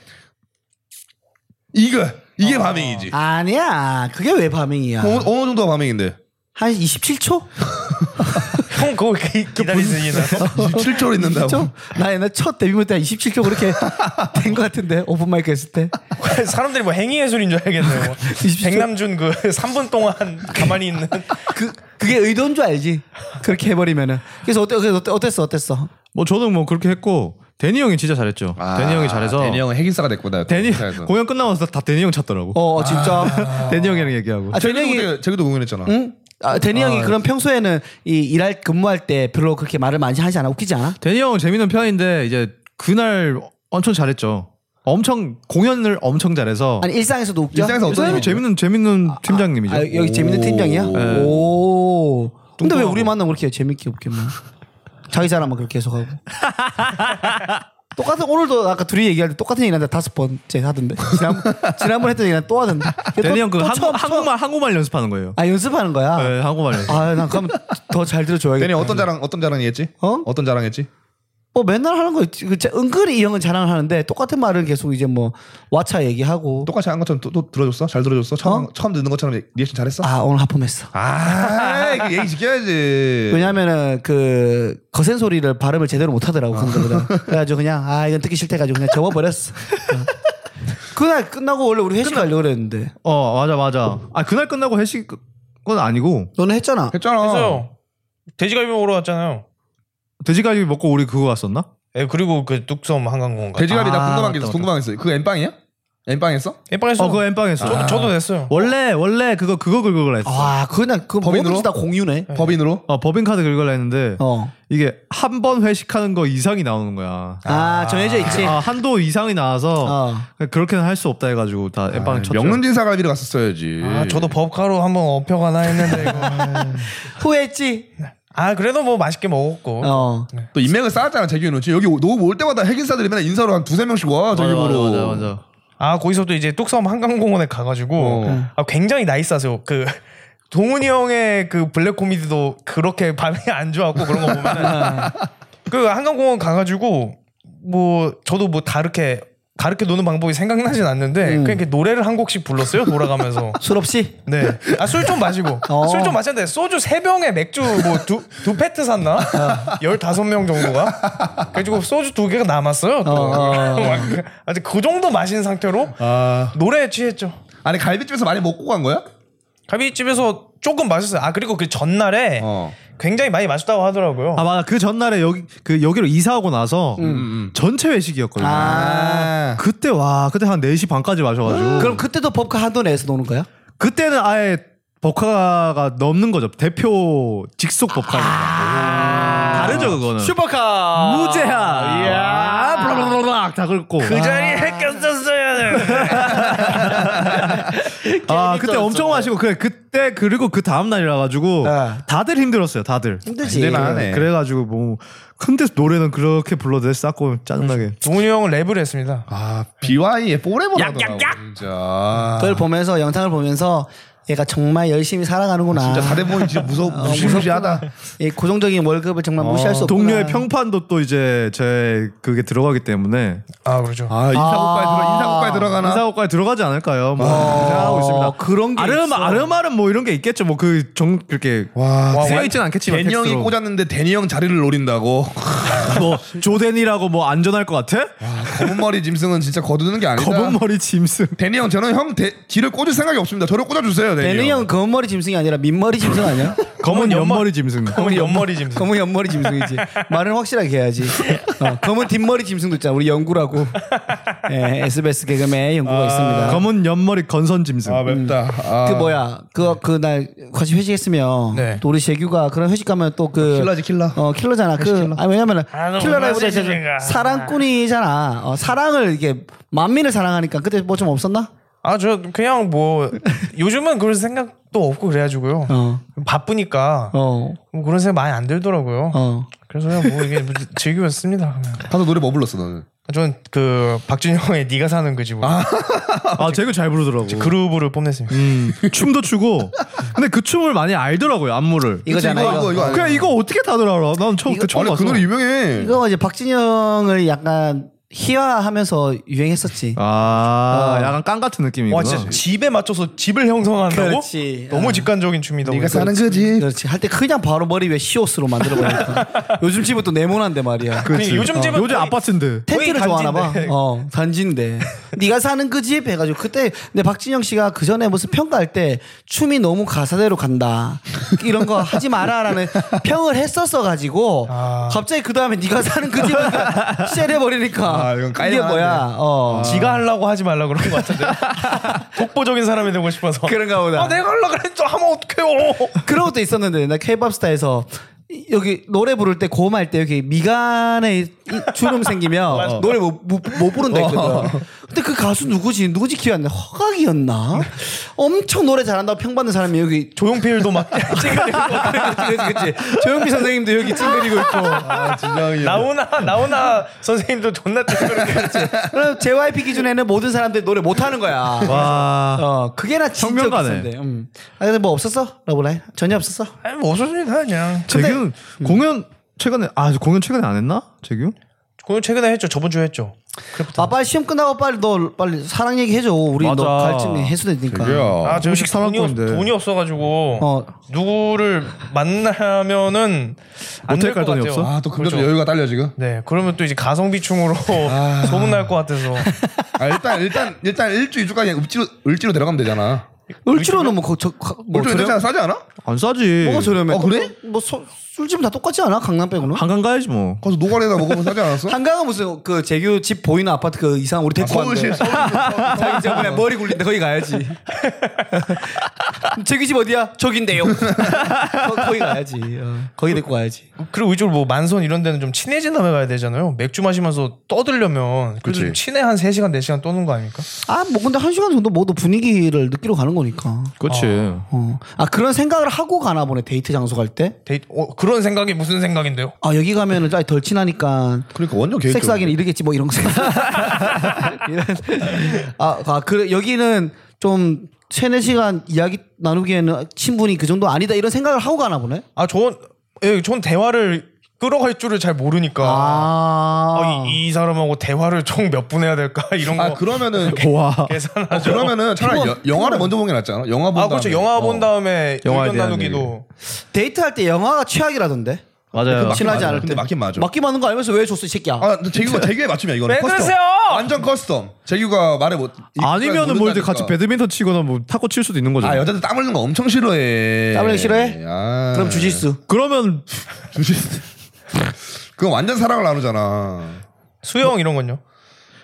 이거 이게 아. 바밍이지 아니야 그게 왜 밤행이야? 어, 어느 정도가 바밍인데 [laughs] 한 27초? 형 그거 기다리시나? [laughs] 7초를 있는다고 아, 27초? 나 옛날 첫 데뷔 무대 한 27초 [laughs] 그렇게 된 것 같은데 오픈 마이크 했을 때. 사람들이 뭐 행위의 술인 줄 알겠네요. [laughs] 뭐. 백남준 그 [laughs] 3분 동안 가만히 있는 그 그게 의도인 줄 알지? 그렇게 해버리면은 그래서 어때 그래서 어때 어땠어 어땠어? 뭐 저는 뭐 그렇게 했고 데니 형이 진짜 잘했죠. 데니 형이 잘해서 데니 형은 핵인싸가 됐구나 데니- 회사에서. 공연 끝나고 나서 다 데니 형 찾더라고. 어 진짜. 데니 형이랑 얘기하고. 아 제주도 저녁이 공연- 제주도 공연했잖아 응? 아, 데니 형이 그럼 평소에는 이 일할 근무할 때 별로 그렇게 말을 많이 하지 않아 웃기지 않아? 데니 형은 재밌는 편인데 이제 그날 엄청 잘했죠. 엄청 공연을 엄청 잘해서 그 아니 일상에서도 웃겨? 일상에서 어떤 사람이 재밌 재밌는 재밌는 팀장님이죠. 아, 여기 재밌는 오. 팀장이야? 네. 오. 근데 왜 우리 만나면 그렇게 재밌게 웃겠냐? 자기 자랑만 그렇게 계속하고. [laughs] 똑같은 오늘도 아까 둘이 얘기할 때 똑같은 얘기하는데 다섯 번째 하던데 지난 지난번 했던 얘기랑 또 하던데. 데니 형그 또 처음- 처음- 한국말 한국말 연습하는 거예요. 아 연습하는 거야. 네, 한국말 연습. 아 난 그럼 더 잘 들어줘야겠다. 데니 어떤 자랑 어떤 자랑이었지 어? 어떤 자랑했지 뭐 맨날 하는 거 있지. 그 자- 은근히 이 형은 자랑을 하는데 똑같은 말을 계속 이제 뭐 와차 얘기하고. 똑같이 한 것처럼 또, 또 들어줬어? 잘 들어줬어? 처음, 처음 듣는 것처럼 리액션 잘했어? 아 오늘 하품했어. 아, 이거 얘기 네. 지켜야지. 왜냐면은 그 거센 소리를 발음을 제대로 못 하더라고 그거보다 그래가지고 그냥 아 이건 듣기 싫대가지고 그냥 [laughs] 접어버렸어. 어. 그날 끝나고 원래 우리 회식 가려고 그랬는데 어 맞아 맞아. 아 그날 끝나고 회식 건 아니고 너는 했잖아. 했잖아. 그래서 돼지갈비 먹으러 갔잖아요. 돼지갈비 먹고 우리 그거 왔었나? 예, 그리고 그 뚝섬 한강공원. 돼지갈비 나 아, 궁금한 게 맞다, 있어. 맞다. 궁금한 게 있어. 그거 엠빵이야? 엠빵했어? 예빵했어. 아. 어 그거 엠빵했어. 저도, 저도 됐어요. 원래 원래 그거 그거 긁으려 했어. 아 그냥 그 법인으로? 뭐든지 다 공유네. 법인으로? 어 법인 카드 긁으려 했는데 어. 이게 한 번 회식하는 거 이상이 나오는 거야. 아 정해져 있지. 아, 한도 이상이 나와서 어. 그렇게는 할 수 없다 해가지고 아, 다 엠빵 쳤죠. 아, 명륜진사 갈비로 갔었어야지. 아, 저도 법카로 한번 엎혀가나 했는데 이거. 후회했지. 아, 그래도 뭐 맛있게 먹었고. 어. 또 인맥을 쌓았잖아, 재규는. 지금 여기 너무 올 때마다 핵인사들이 맨날 인사로 한 두세 명씩 와, 맞아, 맞아, 재규로. 맞아, 맞아. 아 거기서도 이제 뚝섬 한강공원에 가가지고 어. 아, 굉장히 나이스하세요. 그 동훈이 형의 그 블랙 코미디도 그렇게 [laughs] 반응이 안 좋았고 그런 거 보면 그 한강공원 가가지고 뭐 저도 뭐 다르게 다르게 노는 방법이 생각나진 않는데 그냥 이렇게 노래를 한 곡씩 불렀어요 돌아가면서. 술 없이. 네. 아 술 좀 마시고 어. 술 좀 마셨는데 소주 세 병에 맥주 뭐 두 두 패트 샀나? 열다섯 명 정도가. 그래가지고 소주 두 개가 남았어요. 또. 아직 그 정도 마신 상태로 아. 노래에 취했죠. 아니, 갈비집에서 많이 먹고 간 거야? 갈비집에서 조금 마셨어요. 아 그리고 그 전날에 어. 굉장히 많이 마셨다고 하더라고요. 아 맞아 그 전날에 여기 그 여기로 이사하고 나서 음, 전체 회식이었거든요. 아. 그때 와 그때 한 4시 반까지 마셔가지고 음. 음. 그럼 그때도 법카 한도 내에서 노는 거야? 그때는 아예 법카가 넘는 거죠. 대표 직속 법카. 다르죠 그거는. 아. 슈퍼카 무제한. 이야. 블라블라블라 다 긁고. 그 자리에 꼈었어요. 아 그때 엄청 마시고 그래 그때 그리고 그 다음 날이라 가지고 네. 다들 힘들었어요 다들. 힘들지. 아, 힘들만하네. 그래가지고 뭐 근데 노래는 그렇게 불러도 싸고 짜증나게. 동훈이 형은 랩을 했습니다. 아, BY의 포레버라더라고 진짜. 그걸 보면서 영상을 보면서 얘가 정말 열심히 살아가는구나. 진짜 사대보이 진짜 아, 무서, 무시무시하다. 이 고정적인 월급을 정말 무시할 수 없구나. 어, 동료의 평판도 또 이제 제 그게 들어가기 때문에 아 그렇죠. 아, 인사고과에 들어, 인사고과에 들어가나? 인사고과에 들어가지 않을까요? 뭐 생각하고 있습니다. 어, 그런 게 아름 있어. 아름아름 뭐 이런 게 있겠죠. 뭐 그 정 그렇게 아, 와, 쓰여 있진 않겠지만 대니 형이 텍스트로. 꽂았는데 대니 형 자리를 노린다고 뭐 조덴이라고 뭐 안전할 것 같아? 검은 머리 짐승은 진짜 거두는 게 아니다. 검은 머리 짐승. 대니 형 저는 형 대, 뒤를 꽂을 생각이 없습니다. 저를 꽂아주세요, 대니, 대는 형. [laughs] 형 검은머리 짐승이 아니라 민머리 짐승 아니야? 검은 옆머리 짐승. 검은 옆머리 짐승. 검은 옆머리 짐승이지. 말은 확실하게 해야지. 어, 검은 뒷머리 짐승도 있잖아. 우리 영구라고. [laughs] 예, SBS 개그맨 영구가 있습니다. 아, 검은 옆머리 건선 짐승. 아 음. 맵다. 아, 그 뭐야 그거 그날 같이 회식했으면 네. 또 우리 재규가 그런 회식 가면 또뭐 그 킬러지, 킬러. 어 킬러잖아 그 아니 왜냐면은 아, 너무 킬러라기보다 맛있는 진짜 거. 사랑꾼이잖아 어, 사랑을 이게 만민을 사랑하니까 그때 뭐 좀 없었나 아 저 그냥 뭐 요즘은 그럴 생각도 없고 그래가지고요. 바쁘니까 어. 어어어 뭐 그런 생각 많이 안 들더라고요. 어. 그래서 그냥 뭐 이게 뭐 즐기면 씁니다. 그냥. 가서 노래 뭐 불렀어 너는? 저는 그 박준영의 네가 사는 그 집으로 아, 제가 잘 부르더라고. 그루브를 뽐냈습니다. 음, 춤도 추고. 근데 그 춤을 많이 알더라고요, 안무를. 이거잖아 이거 이거 이거 이거 그냥 이거 어떻게 다들 알아? 난 처음 그때 처음 아니 봤어. 그 노래 유명해. 이거 이제 박진영을 약간 희화하면서 유행했었지 아, 어. 약간 깡 같은 느낌이구나. 와 진짜 집에 맞춰서 집을 형성한다고? 그렇지. 너무 직관적인 춤이다. 네가 보니까. 사는 거지. 그렇지 할 때 그냥 바로 머리 위에 시옷으로 만들어버리니까 요즘 집은 또 네모난데 말이야 그치. 요즘 집은 어. 요즘 거의- 아파트인데. 텐트를 거의 좋아하나 봐. 단지인데. 어, 단지인데. 네가 사는 그 집 해가지고 그때 근데 박진영 씨가 그 전에 무슨 평가할 때 춤이 너무 가사대로 간다 이런 거 하지 마라라는 평을 했었어 가지고 갑자기 그 다음에 네가 사는 그 집을 시해해 버리니까 아, 이건 이게 깔끔하네. 뭐야? 어. 아. 지가 하려고 하지 말라 그런 것 같은데. 독보적인 사람이 되고 싶어서. 그런가 보다. 아, 내가 하려고 그랬죠. 하면 어떡해요. 그런 것도 있었는데 나 케이팝스타에서 여기 노래 부를 때 고음할 때 여기 미간에 이- 주름 [laughs] 생기면 노래 못, 못, 못 부른다 어. 했거든. 근데 그 가수 누구지? 누구지 기억 안 나. 허각이었나? 엄청 노래 잘한다고 평받는 사람이 여기 [laughs] 조용필도 막 찡그리고 그치 그치 그치. 조용필 선생님도 여기 찡그리고 있고. 아, 진정이. [laughs] 나오나 나오나 선생님도 존나 찡그리고 있지. 그럼 JYP 기준에는 모든 사람들이 노래 못하는 거야. 와. 어 그게 나 진짜 성명가네. 비싼데. 음. 아 근데 뭐 없었어? 러브라인 전혀 없었어. 아니 뭐 없었습니다 그냥. 재규 음. 공연 최근에 아 공연 최근에 안 했나? 재규? 공연 최근에 했죠. 저번 주에 했죠. 아 빨리 시험 끝나고 빨리 너 빨리 사랑 얘기 해줘. 우리 너 맞아. 갈증이 해소되니까. 야. 아, 저 음식 사갈 돈이, 없- 건데. 돈이 없어가지고 어. 누구를 만나면은 안 모텔 될것 갈 돈이 같아요. 없어? 아또 금전적 그렇죠. 여유가 딸려 지금. 네, 그러면 또 이제 가성비충으로 [laughs] 소문 날 것 같아서 아 일단 일단 일단 일주 이주간 그냥 을지로 을지로 데려가면 되잖아. 을지로는 예. 뭐, 거, 저, 가- 뭐 을지로 괜찮아 싸지 않아? 안 싸지. 뭐가 저렴해? 어, 그래? 뭐 소- 술집은 다 똑같지 않아? 강남 빼고는? 한강 가야지 뭐. 가서 노가리에다 먹으면 싸지 않았어? 한강은 무슨 그 재규 집 보이는 아파트 그 이상 우리 데리고 서울시 [laughs] 왔는데 서울 자기 저번에 머리 굴린데 거기 [laughs] 가야지. 재규 집 어디야? [laughs] 저긴데요. 거, 거기 가야지. 어, 거기 데리고 가야지. 그리고 이쪽으로 뭐 만선 이런 데는 좀 친해진 다음에 가야 되잖아요. 맥주 마시면서 떠들려면 그래도 좀 그치. 친해 한 3시간 4시간 떠는 거 아닙니까? 아 뭐 근데 한 시간 정도 모두 분위기를 느끼러 가는 거니까. 그렇지. 어. 아 그런 생각을 하고 가나 보네 데이트 장소 갈 때. 데이트 어, 그런 생각이 무슨 생각인데요? 아 여기 가면은 덜 친하니까 그러니까 완전 계획. 섹스하기는 이르겠지 뭐 [laughs] 이런 거 이런 아, 아 그래 여기는 좀 세네 시간 이야기 나누기에는 친분이 그 정도 아니다 이런 생각을 하고 가나 보네 아, 전 예, 전 대화를 끌어갈 줄을 잘 모르니까 아, 아, 이, 이 사람하고 대화를 총 몇 분 해야 될까 [laughs] 이런 아 거 그러면은 [laughs] 와. 어, 계산하죠. 그러면은 차라리 여- 영화를 먼저 보는 게 낫지 않아? 영화 본 아, 그렇죠. 다음에. 영화 본 어. 다음에 영화에 의견 대한 나누기도 데이트할 때 영화가 최악이라던데 맞아요. 친하지 맞아. 않을 때 근데 맞긴 맞아. 맞긴 맞는 거 알면서 왜 줬어 이 새끼야 아, 근데 재규가 재규의 맞춤이야 이거는. 왜 커스텀. 그러세요? 완전 커스텀. 재규가 말해 못. 이- 아니면은 뭐 이제 같이 모른다니까. 배드민턴 치거나 뭐 탁구 칠 수도 있는 거죠. 아 여자들 땀 흘리는 거 엄청 싫어해. 땀 흘리기 싫어해? 아. 그럼 주짓수 그러면 주짓수. 그건 완전 사랑을 나누잖아. 수영 이런 건요.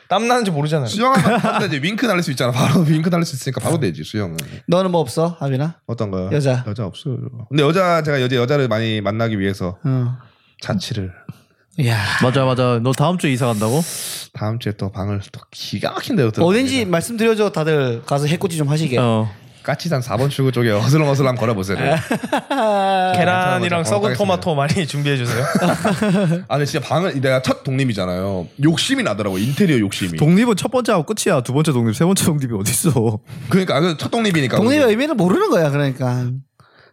땀 나는지 모르잖아요. 수영하면 바로 되지. 윙크 날릴 수 있잖아. 바로 [laughs] 윙크 날릴 수 있으니까 바로 되지 수영은. 너는 뭐 없어 하빈아 어떤 거요? 여자. 여자 없어요. 근데 여자 제가 여자 여자를 많이 만나기 위해서 응 자취를 야 맞아 맞아. 너 다음 주에 이사 간다고? 다음 주에 또 방을 또 기가 막힌 데로 들어. 뭐 어딘지 말씀드려줘 다들 가서 해코지 좀 예. 하시게 어. 까치산 4번 출구 쪽에 어슬렁어슬렁 걸어보세요. 아. 네, 계란이랑 어, 썩은 알겠습니다. 토마토 많이 준비해 주세요. 아, 근데 진짜 방을 내가 첫 독립이잖아요. 욕심이 나더라고 인테리어 욕심이. 독립은 첫 번째 하고 끝이야. 두 번째 독립, 세 번째 독립이 어디 있어? 그러니까 아, 첫 독립이니까. 독립의 의미를 모르는 거야 그러니까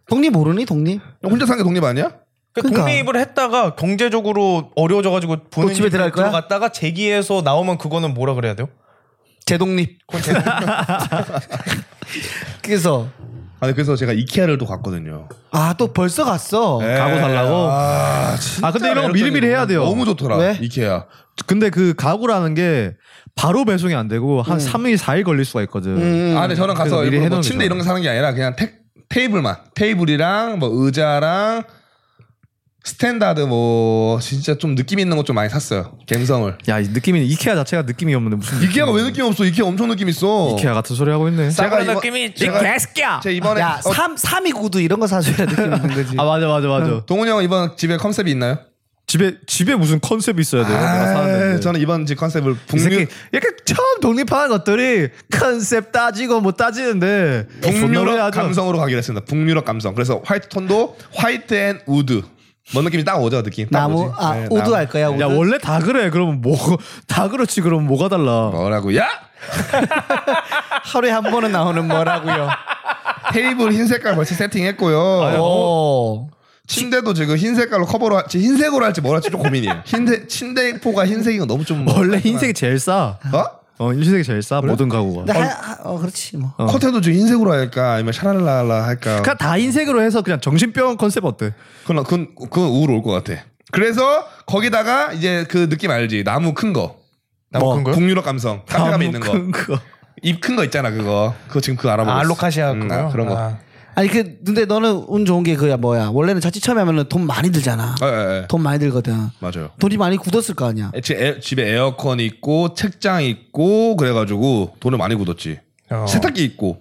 독립 모르니 독립 혼자 사는 게 독립 아니야? 그 그러니까. 독립을 했다가 경제적으로 어려워져가지고 부는 집에 들어갈 거야? 갔다가 재기에서 나오면 그거는 뭐라 그래야 돼요? 재독립 그건 재기- [laughs] 그래서 아니 그래서 제가 이케아를 또 갔거든요. 아 또 벌써 갔어 네. 가구 살라고? 아, 진짜 아, 근데 이런 거 미리미리 해야 돼요. 너무 좋더라. 왜? 이케아. 근데 그 가구라는 게 바로 배송이 안 되고 한 3일, 4일 걸릴 수가 있거든. 음. 아, 근데 저는 그래서 가서 미리 일부러 뭐 해놓은 침대 거죠. 이런 거 사는 게 아니라 그냥 택 테이블만 테이블이랑 뭐 의자랑 스탠다드 뭐 진짜 좀 느낌 있는 것 좀 많이 샀어요. 갬성을. 야, 이 느낌이 이케아 자체가 느낌이 없는데 무슨 이케아가 왜 느낌 없어? 이케아 엄청 느낌 있어. 이케아 같은 소리 하고 있네. 제가 그런 이번- 느낌이 제가- 개새끼야. 제 이번에 야, 어, 삼 삼이 구두 이런 거 사줘야 느낌 [laughs] 있는 거지. 아 맞아 맞아 맞아. 동훈이 형 이번 집에 컨셉이 있나요? 집에 집에 무슨 컨셉이 있어야 돼요? 내가 아, 사는데. 저는 이번 집 컨셉을 이 북미 새끼 약간 처음 독립하는 것들이 컨셉 따지고 뭐 따지는데 북유럽 분노를 하죠. 감성으로 가기로 했습니다. 북유럽 감성. 그래서 화이트 톤도 화이트 앤 우드. 뭔 느낌이 딱 오죠, 느낌. 딱 나무 오지. 아 네, 우드 나무. 할 거야 우드. 야 원래 다 그래. 그러면 뭐 [laughs] 다 그렇지. 그럼 뭐가 달라? 뭐라고? 야! 하루에 한 번은 나오는 뭐라고요. 테이블 흰 색깔 벌써 어. 세팅했고요. 오. 침대도 지금 흰 색깔로 커버로 할지 흰색으로 할지 뭘 할지 좀 [laughs] 고민이에요. 흰색 침대포가 흰색인 건 너무 좀 아, 원래 흰색이 제일 싸. 어? 어 흰색이 제일 싸. 모든 가구가. 근데 하, 하- 어 그렇지 뭐. 어. 커튼도 지금 흰색으로 할까 아니면 샤랄랄라 할까? 그러니까 다 흰색으로 해서 그냥 정신병 컨셉 어때? 그건 그건, 그건 우울 올것 같아. 그래서 거기다가 이제 그 느낌 알지? 나무 큰 거. 나무 큰 거요? 북유럽 감성. 카페감이 있는 거. 큰 거. 입 큰 거 있잖아 그거. 그거 지금 그거 알아보고 아, 있어. 알로카시아 음, 그거요? 아, 그런 거. 아. 아니 그 근데 너는 운 좋은 게 그야 뭐야. 원래는 자칫 처음에 하면은 돈 많이 들잖아. 예, 예, 예. 돈 많이 들거든. 맞아요. 돈이 많이 굳었을 거 아니야. 지- 에- 집에 에어컨 있고 책장 있고 그래가지고 돈을 많이 굳었지. 어. 세탁기 있고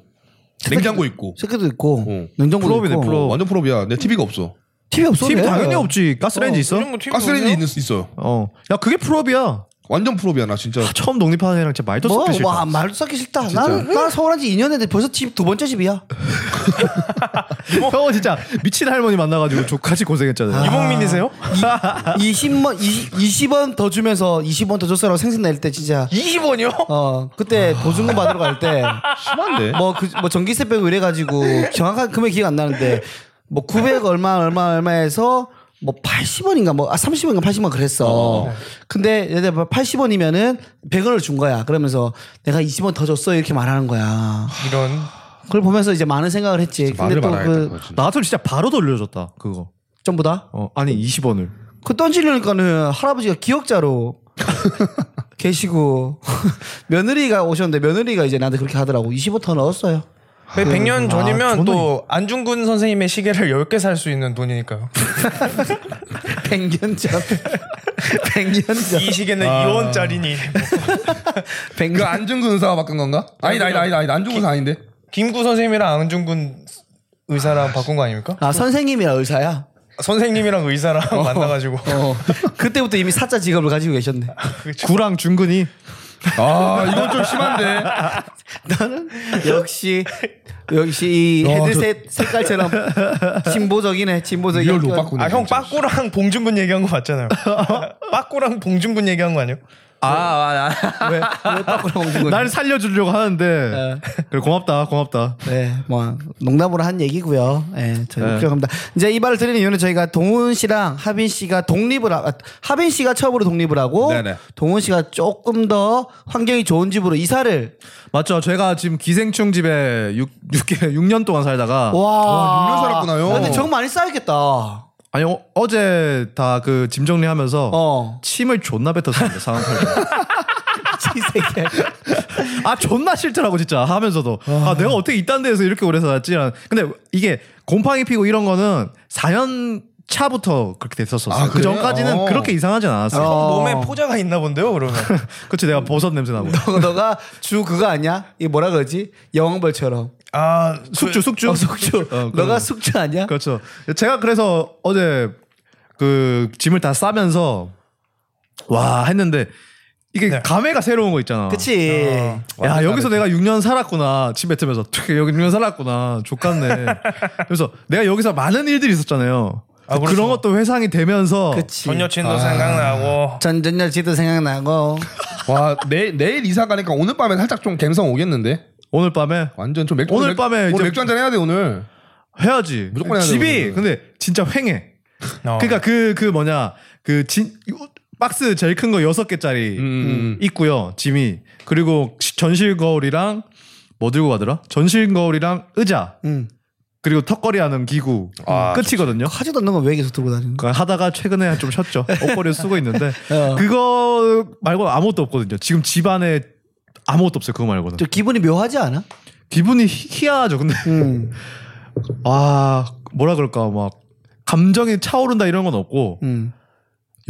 냉장고 있고. 새끼도 있고 어. 냉장고 프로비네, 있고. 프로. 어, 완전 프로비야. 내 TV가 없어. TV 없어. TV 그래. 당연히 없지. 가스레인지 뭐 있어? 요즘 뭐 TV 가스레인지 보세요? 있는 있어요. 어. 야 그게 프로비야. 완전 프로비야 나 진짜. 아, 처음 독립하는 애랑 진짜 말도 뭐, 섞기 싫다. 와, 말도 썩기 싫다. 나는, 나는 서울한 지 2년 했는데 벌써 집 두 번째 집이야. 형은 진짜 미친 할머니 만나가지고 족같이 고생했잖아요. 어? 이봉민이세요? 20원, 20, 원더 주면서 20원 더 줬어라고 생색 낼 때 진짜. 20원이요? 어, 그때 보증금 받으러 갈 때. 심한데. 뭐, 그, 뭐 전기세 빼고 이래가지고 정확한 금액 기억 안 나는데 뭐 900 얼마, 얼마, 얼마에서 뭐 80원인가 뭐, 아, 30원인가 80원 그랬어. 근데 예를 들어 80원이면은 100원을 준 거야. 그러면서 내가 20원 더 줬어. 이렇게 말하는 거야. 이런 그걸 보면서 이제 많은 생각을 했지. 근데 말을 또 말아야겠다. 그 그거 진짜. 나 같으면 진짜 바로 돌려줬다 그거. 전부 다 어 아니 20원을. 그 던지려니까는 할아버지가 기억자로 [laughs] 계시고 [laughs] 며느리가 오셨는데 며느리가 이제 나한테 그렇게 하더라고 20원 더 넣었어요. [laughs] 아, 왜 100년 전이면 저는- 또 안중근 선생님의 시계를 10개 살 수 있는 돈이니까요. [laughs] 100년 전. 100년 전. 이 시계는 2원짜리니. 그 100년 안중근 의사가 바꾼 건가? 아니다 아니다 아니다 아니다 안중근 의사 아닌데. 김구 선생님이랑 안중근 의사랑 바꾼 거 아닙니까? 아 선생님이라 의사야. 선생님이랑 의사랑 만나가지고 어. 그때부터 이미 사자 직업을 가지고 계셨네. 구랑 중근이 아 이건 좀 심한데. 나는 역시 역시 이 야, 헤드셋 [laughs] 색깔처럼 진보적이네. 진보적이야. 리얼로 바꾸네. 아 형 진짜. 빠꾸랑 봉준군 얘기한 [laughs] 거 맞잖아요. 빠꾸랑 봉준군 얘기한 거 아니에요? 왜, 아. 왜 바꾸라고 온 거야? 날 살려주려고 하는데 네. 그래 고맙다 고맙다. 네, 뭐 농담으로 한 얘기고요. 네, 저희 필요합니다. 이제 이 말을 드리는 이유는 저희가 동훈 씨랑 하빈 씨가 독립을 하, 아, 하빈 씨가 처음으로 독립을 하고 네네. 동훈 씨가 조금 더 환경이 좋은 집으로 이사를 맞죠. 제가 지금 기생충 집에 6 6개 6년 동안 살다가 와, 아, 육년 살았구나요. 아, 근데 정 많이 쌓였겠다. 어, 아니 어, 제 다 그 짐 정리하면서 어. 침을 존나 뱉었습니다 상황. 어. [laughs] 이 새끼야. 아 존나 싫더라고 진짜 하면서도 아 내가 어떻게 이딴 데에서 이렇게 오래 살았지 근데 이게 곰팡이 피고 이런 거는 4년 차부터 그렇게 됐었었어요 아, 그 그래요? 전까지는 어. 그렇게 이상하진 않았어요 어. 몸에 포자가 있나 본데요, 그러면. [laughs] 그치 내가 버섯 냄새 나고 너, 너가 주 그거 아니야? 이 뭐라 그러지? 여왕벌처럼. [laughs] 아 숙주 숙주 어, 숙주. 어, 너가 그거. 숙주 아니야? 그렇죠 제가 그래서 어제 그 짐을 다 싸면서 와 했는데 이게 감회가 새로운 거 있잖아 그치. 야 여기서 내가 6년 살았구나 집 뱉으면서 되게 여기 6년 살았구나 족같네 그래서 내가 여기서 많은 일들이 있었잖아요 아, 그렇죠. 그런 것도 회상이 어. 되면서 그치. 전 아. 여친도 생각나고 어. 전, 전 여친도 [laughs] 생각나고. 와 내, 내일 이사 가니까 오늘 밤에 살짝 좀 갬성 오겠는데. 오늘 밤에 완전 좀 맥주 오늘 맥- 밤에 오늘 이제- 맥주 한잔 해야 돼 오늘. 해야지 무조건 해야 돼, 집이 오늘은. 근데 진짜 횡해 어. 그러니까 그 그 뭐냐 그 진 박스 제일 큰 거 여섯 개짜리 음. 있고요 짐이 그리고 시- 전실 거울이랑 뭐 들고 가더라 전실 거울이랑 의자 응. 그리고 턱걸이 하는 기구 아, 끝이거든요 하지도 않는 건 왜 계속 들고 다니는 그 하다가 최근에 좀 쉬었죠. 옷걸이를 [laughs] 쓰고 있는데 그 어. 그거 말고 아무것도 없거든요. 지금 집안에 아무것도 없어요. 그거 말고는 좀 기분이 묘하지 않아? 기분이 희- 희한하죠. 근데 음. 아 뭐라 그럴까 막 감정이 차오른다 이런 건 없고 음.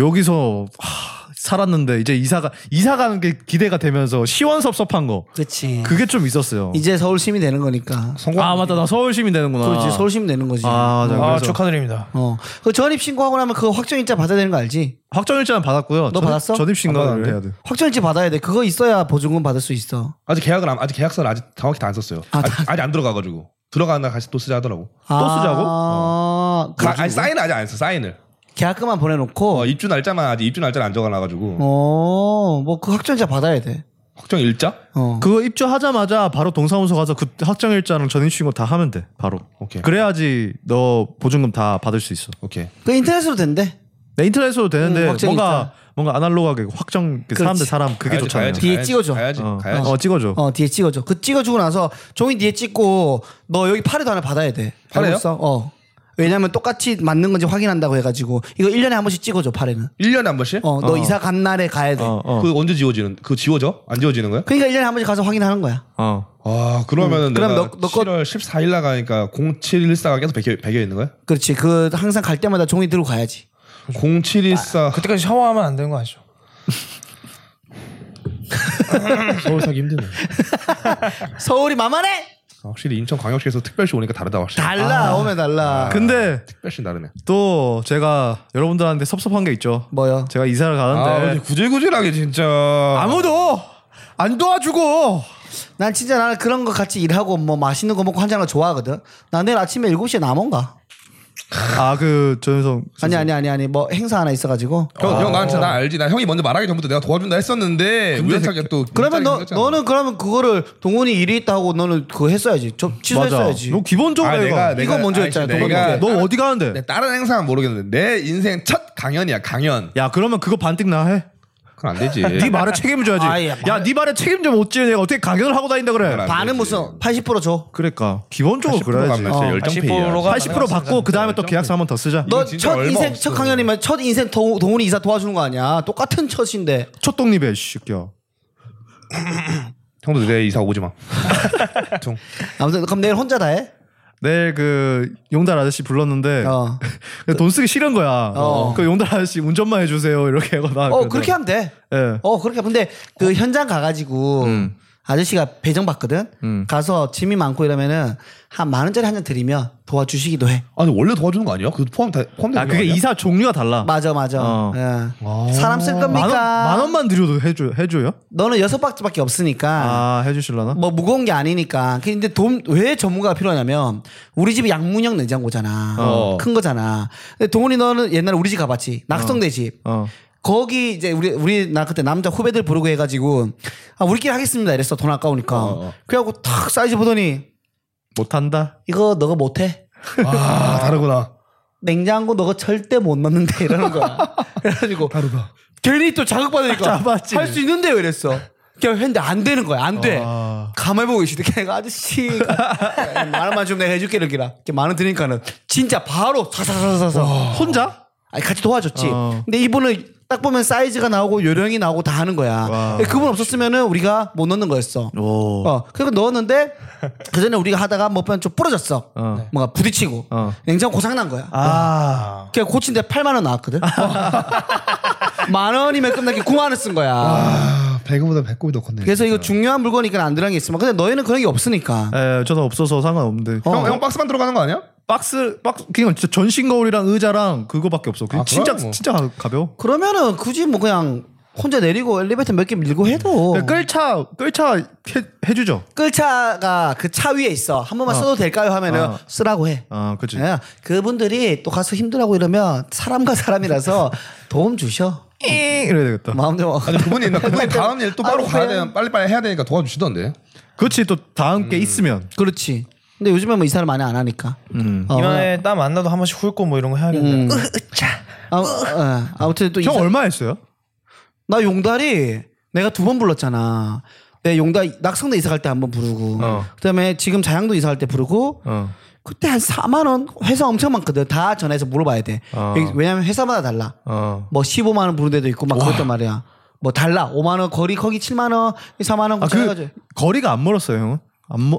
여기서 하, 살았는데 이제 이사가 이사 가는 게 기대가 되면서 시원섭섭한 거 그렇지. 그게 좀 있었어요. 음. 이제 서울 시민 되는 거니까. 성공 아 맞다 나 서울 시민 되는구나. 그렇지. 서울 시민 되는 거지. 아, 맞아. 아 그래서 축하드립니다. 어. 그 전입 신고하고 나면 그거 확정일자 받아야 되는 거 알지? 확정일자는 받았고요. 너 받았어? 아, 안 전입신고를 받았네. 해야 돼. 확정일자 받아야 돼. 그거 있어야 보증금 받을 수 있어. 아직 계약을 안, 아직 계약서를 아직 정확히 다 안 썼어요. 아, 아, 다- 직 아직 안 들어가가지고 들어가나 다시 또 쓰자 하더라고. 아, 쓰자고? 어. 사, 아니 사인을 아직 안 했어 사인을. 계약금만 보내놓고. 어, 입주 날짜만 아직 입주 날짜를 안 적어놔가지고 어, 뭐 그 확정일자 받아야 돼. 확정 일자? 어. 그거 입주하자마자 바로 동사무소 가서 그 확정일자랑 전입신고 다 하면 돼. 바로. 오케이. 그래야지 너 보증금 다 받을 수 있어. 오케이. 그 인터넷으로 된대. 내 인터넷으로 되는데 음, 확정일자. 뭔가 뭔가 아날로그하게 확정 그 사람 대 그렇지. 사람 그게 가야지, 좋잖아요. 가야지, 뒤에 가야지, 찍어줘. 가야지 어, 가야지. 어, 찍어줘. 어 뒤에 찍어줘. 그 찍어주고 나서 종이 뒤에 찍고 너 여기 팔에도 하나 받아야 돼. 팔에요? 알고 있어? 어. 왜냐면 똑같이 맞는 건지 확인한다고 해가지고 이거 1년에 한 번씩 찍어줘 팔에는. 1년에 한 번씩? 어 너 이사 간 날에 가야 돼. 어, 어. 그 언제 지워지는? 그 지워져? 안 지워지는 거야? 그러니까 1년에 한 번씩 가서 확인하는 거야. 어. 아 그러면 은 음, 그럼 내가 너- 너 거- 7월 14일 나가니까 0714가 계속 베겨, 베겨 있는 거야? 그렇지. 그 항상 갈 때마다 종이 들고 가야지. 0714 그때까지 샤워하면 안 되는 거 아시죠? 서울 살기 힘드네. 서울이 만만해? 아, 확실히 인천광역시에서 특별시 오니까 다르다 확실히. 달라 오면 달라. 근데 특별시 다르네. 또 제가 여러분들한테 섭섭한 게 있죠. 뭐요? 제가 이사를 아 근데 가는데 구질구질하게 진짜. 네. 아, 무도안 도와주고 난 진짜 나는 그런 거 같이 일하고 뭐 맛있는 거 먹고 한잔하고 좋아하거든. 나 내일 아침에 7시에 남원가. 아그 전현성 아니 아니 아니 아니 뭐 행사 하나 있어가지고. 형, 형 나한테 나 알지. 나 형이 먼저 말하기 전부터 내가 도와준다 했었는데 우연찮게 또 그러면 너 문짝이 생겼잖아. 너는 그러면 그거를 동훈이 일이 있다 하고 너는 그거 했어야지. 저 취소했어야지. 너 기본적으로 아, 내가, 내가 이거 먼저 했잖아, 아이씨, 도망가. 내가 너 어디 가는데? 내 다른 행사는 모르겠는데 내 인생 첫 강연이야 강연. 야 그러면 그거 반띵 나 해. 그럼 안 되지. 네 말에 책임져야지. 아이, 예, 야, 말- 네 말에 책임져 못 지는 애가 어떻게 강연을 하고 다닌다 그래. 그래. 반은 무슨 80% 줘. 그러니까 기본적으로 그래야지. 진짜 어. 열정 80% 가- 페이야. 80% 받고 그 다음에 또 계약서 한 번 더 쓰자. 이거 너 진짜 첫 얼마 인생 없어. 첫 강연이면 첫 인생 동, 동훈이 이사 도와주는 거 아니야? 똑같은 첫인데. 초똥잎에 씨끼야. 형도 내 이사 오지 마. 아, 퉁. 아무튼 그럼 내일 혼자 다 해? 내일 그 용달 네. 아저씨 불렀는데 [laughs] 어. 근데 돈 쓰기 싫은 거야. 어. 그 용달 아저씨 운전만 해주세요 이렇게 하고 나. 어 그렇게 하면 돼. 예. 어 그렇게 근데 그 현장 가가지고 음. 아저씨가 배정 받거든. 가서 짐이 많고 이러면은 한 만 원짜리 한 잔 드리면 도와주시기도 해. 아니 원래 도와주는 거 아니야? 그 포함 다 포함돼. 아 그게 이사 종류가 달라. 맞아 맞아. 어. 예. 사람 쓸 겁니까? 만, 원, 만 원만 드려도 해줘 해줘요? 너는 여섯 박스밖에 없으니까 아 해주실라나? 뭐 무거운 게 아니니까. 근데 돈 왜 전문가가 필요하냐면 우리 집이 양문형 냉장고잖아. 어. 큰 거잖아. 근데 동훈이 너는 옛날에 우리 집 가봤지. 낙성대 집. 어. 거기 이제 우리 우리 나 그때 남자 후배들 부르고 해가지고 아 우리끼리 하겠습니다 이랬어 돈 아까우니까 어, 어. 그래갖고 탁 사이즈 보더니 못한다. 이거 너가 못해 아 다르구나. 냉장고 너가 절대 못 넣는데 이러는 [laughs] 거야 그래가지고 다르다. 괜히 또 자극받으니까 아, 잡았지. 할 수 있는데요 이랬어 그냥 했는데 안 되는 거야 안돼 아. 가만히 보고 계시는데 걔가 [laughs] 아저씨 만 원만 주면 내가 해줄게 이렇게라 이렇게 만원 드니까는 진짜 바로 사사사사사 혼자? 아니 같이 도와줬지. 어. 근데 이분은 딱 보면 사이즈가 나오고 요령이 나오고 다 하는 거야. 와. 근데 그분 없었으면은 우리가 못 넣는 거였어. 오. 어, 그리고 넣었는데 그 전에 우리가 하다가 뭐편 좀 부러졌어. 어. 뭔가 부딪히고 어. 냉장 고장 난 거야. 아. 그냥 고친데 8만 원 [laughs] 나왔거든. 만 원이면 끝나게 9만 원을 쓴 거야. 아 배그보다 배꼽이 더 컸네. 그래서 이거 중요한 물건이니까 안 들어간 게 있으면 근데 너희는 그런 게 없으니까. 에 저는 예, 없어서 상관없는데. 형, 형 박스만 들어가는 거 아니야? 박스 박스 그냥 진짜 전신 거울이랑 의자랑 그거밖에 없어. 그냥 아, 진짜 그럼 뭐. 진짜 가- 가벼워. 그러면은 굳이 뭐 그냥 혼자 내리고 엘리베이터 몇 개 밀고 해도 네, 끌차 끌차 해, 해주죠. 끌차가 그 차 위에 있어. 한 번만 써도 될까요? 하면은 어. 쓰라고 해. 아 그치. 예, 그분들이 또 가서 힘들하고 이러면 사람과 [laughs] 사람이라서 도움 주셔. 잉 이래야 되겠다. 마음대로. 아니 그분이 있나? 그분이 다음 일 또 바로 아, 가야 그래요? 되는 빨리 빨리 해야 되니까 도와주시던데. 그렇지 또 다음 게 있으면. 음. 그렇지. 근데 요즘에 뭐 이사를 많이 안 하니까. 아. 어, 이만에 땀 안 나도 한 번씩 훑고 뭐 이런 거 해야겠네. 음. 아, 어, 아무튼 또 형 이사. 얼마 했어요? 나 용달이 내가 두 번 불렀잖아. 내 용달 낙성대 이사 갈 때 한 번 부르고 어. 그다음에 지금 자양도 이사 갈 때 부르고 어. 그때 한 4만 원 회사 엄청 많거든. 다 전화해서 물어봐야 돼. 어. 왜냐면 회사마다 달라. 어. 뭐 15만 원 부른 데도 있고 막 그것도 아, 말이야. 뭐 달라. 5만 원 거리 거기 7만 원, 4만 원그 아 그 거리가 안 멀었어요 형은?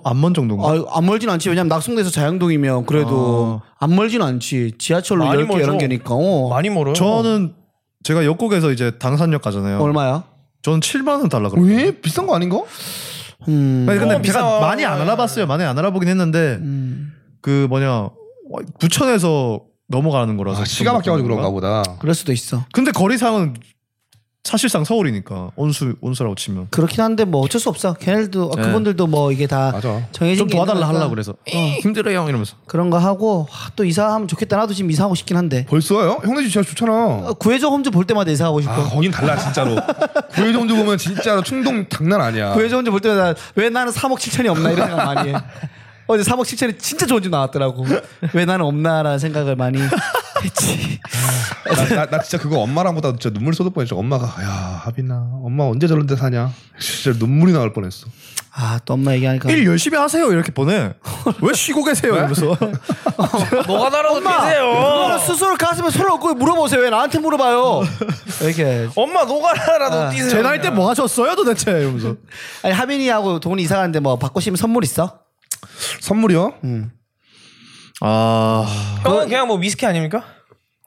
안먼 정도인가? 아, 안 멀진 않지. 왜냐면 낙성대에서 자양동이면 그래도 안 멀진 않지. 지하철로 어. 많이 10개, 멀죠. 11개니까. 어. 많이 멀어요. 저는 제가 역곡에서 이제 당산역 가잖아요. 얼마야? 저는 7만 원 달라 그래요. 왜 비싼 거 아닌가? 음. 아니, 근데 제가 어, 비싸요. 많이 안 알아봤어요. 많이 안 알아보긴 했는데 음. 그 뭐냐 부천에서 넘어가는 거라서 아, 시가 바뀌어가지고 그런가 보다. 그럴 수도 있어. 근데 거리상은 사실상 서울이니까 온수 온수라고 치면 그렇긴 한데 뭐 어쩔 수 없어. 걔네들도 아, 네. 그분들도 뭐 이게 다 맞아. 정해진 좀 게 도와달라 있는 거니까 하려고 그래서 에이, 힘들어요 형 이러면서 그런 거 하고 와, 또 이사하면 좋겠다. 나도 지금 이사하고 싶긴 한데. 벌써요? 형네 집 진짜 좋잖아. 어, 구해줘 홈즈 볼 때마다 이사하고 싶어. 아, 거긴 달라 진짜로. [laughs] 구해정도 보면 진짜로 충동 장난 아니야. 구해줘 홈즈 볼 때마다 왜 나는 3억 7천이 없나 이런 생각 많이 해. [laughs] 어제 3억 7천이 진짜 좋은 집 나왔더라고. 왜 나는 없나라는 생각을 [laughs] 많이 했지. 나, 나, 나 진짜 그거 엄마랑 보다 진짜 눈물 쏟을 뻔했어. 엄마가 야 하빈아, 엄마 언제 저런 데 사냐? 진짜 눈물이 나올 뻔했어. 아 또 엄마 얘기하니까 일 열심히 하세요 이렇게 [laughs] 보내 왜 쉬고 계세요 [laughs] 이러면서 뭐가 나라고 그거를 뛰세요. 스스로 가슴에 손을 얹고 물어보세요. 왜 나한테 물어봐요? 이렇게 아, 엄마 노가라라도 뛰세요. 제 나이 때 뭐 하셨어요 도대체 [laughs] 이러면서 아니 하빈이하고 동훈이 이사 가는데 뭐 받고 싶으면 선물 있어? 선물이요? 아 형은 그냥 뭐 위스키 아닙니까?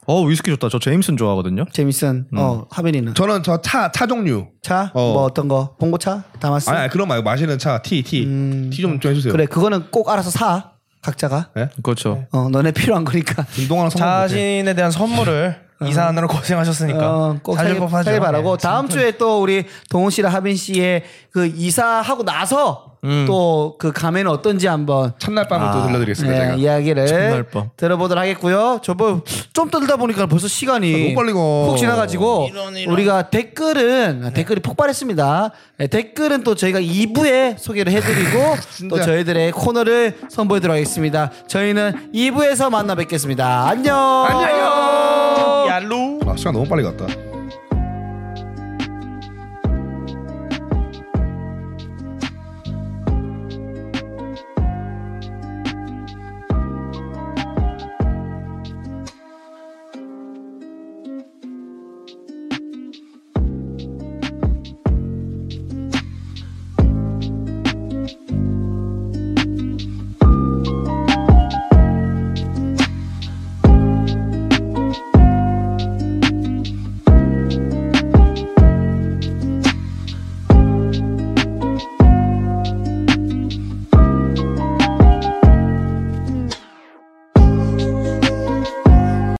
어, 위스키 좋다 저 제임슨 좋아하거든요 재밌은 어 하빈이는 저는 저 차 차 종류. 차? 어. 뭐 어떤 거? 봉고차? 다마스? 아니, 아니 그런 말고 마시는 차 티 티. 티 좀 좀 해주세요. 그래 그거는 꼭 알아서 사 각자가 그렇죠 어 너네 필요한 거니까 김동환은 선물 못해. 자신에 대한 선물을 이사하느라 고생하셨으니까 음. 어, 꼭 사실 사길, 법하죠. 사길 바라고 예, 다음 주에 또 우리 동훈 씨랑 하빈 씨의 그 이사하고 나서 또 그 감회는 어떤지 한번 첫날 밤을 또 들려드리겠습니다. 예, 제가. 이야기를 첫날 밤. 들어보도록 하겠고요. 저번 좀 떨다 보니까 벌써 시간이 아, 너무 빨리 가. 훅 지나가지고 이런, 이런. 우리가 댓글은 아, 댓글이 폭발했습니다. 네, 댓글은 또 저희가 2부에 소개를 [laughs] 해드리고 또 저희들의 코너를 선보이도록 하겠습니다. 저희는 2부에서 만나 뵙겠습니다. 안녕. 얄루. 아, 시간 너무 빨리 갔다.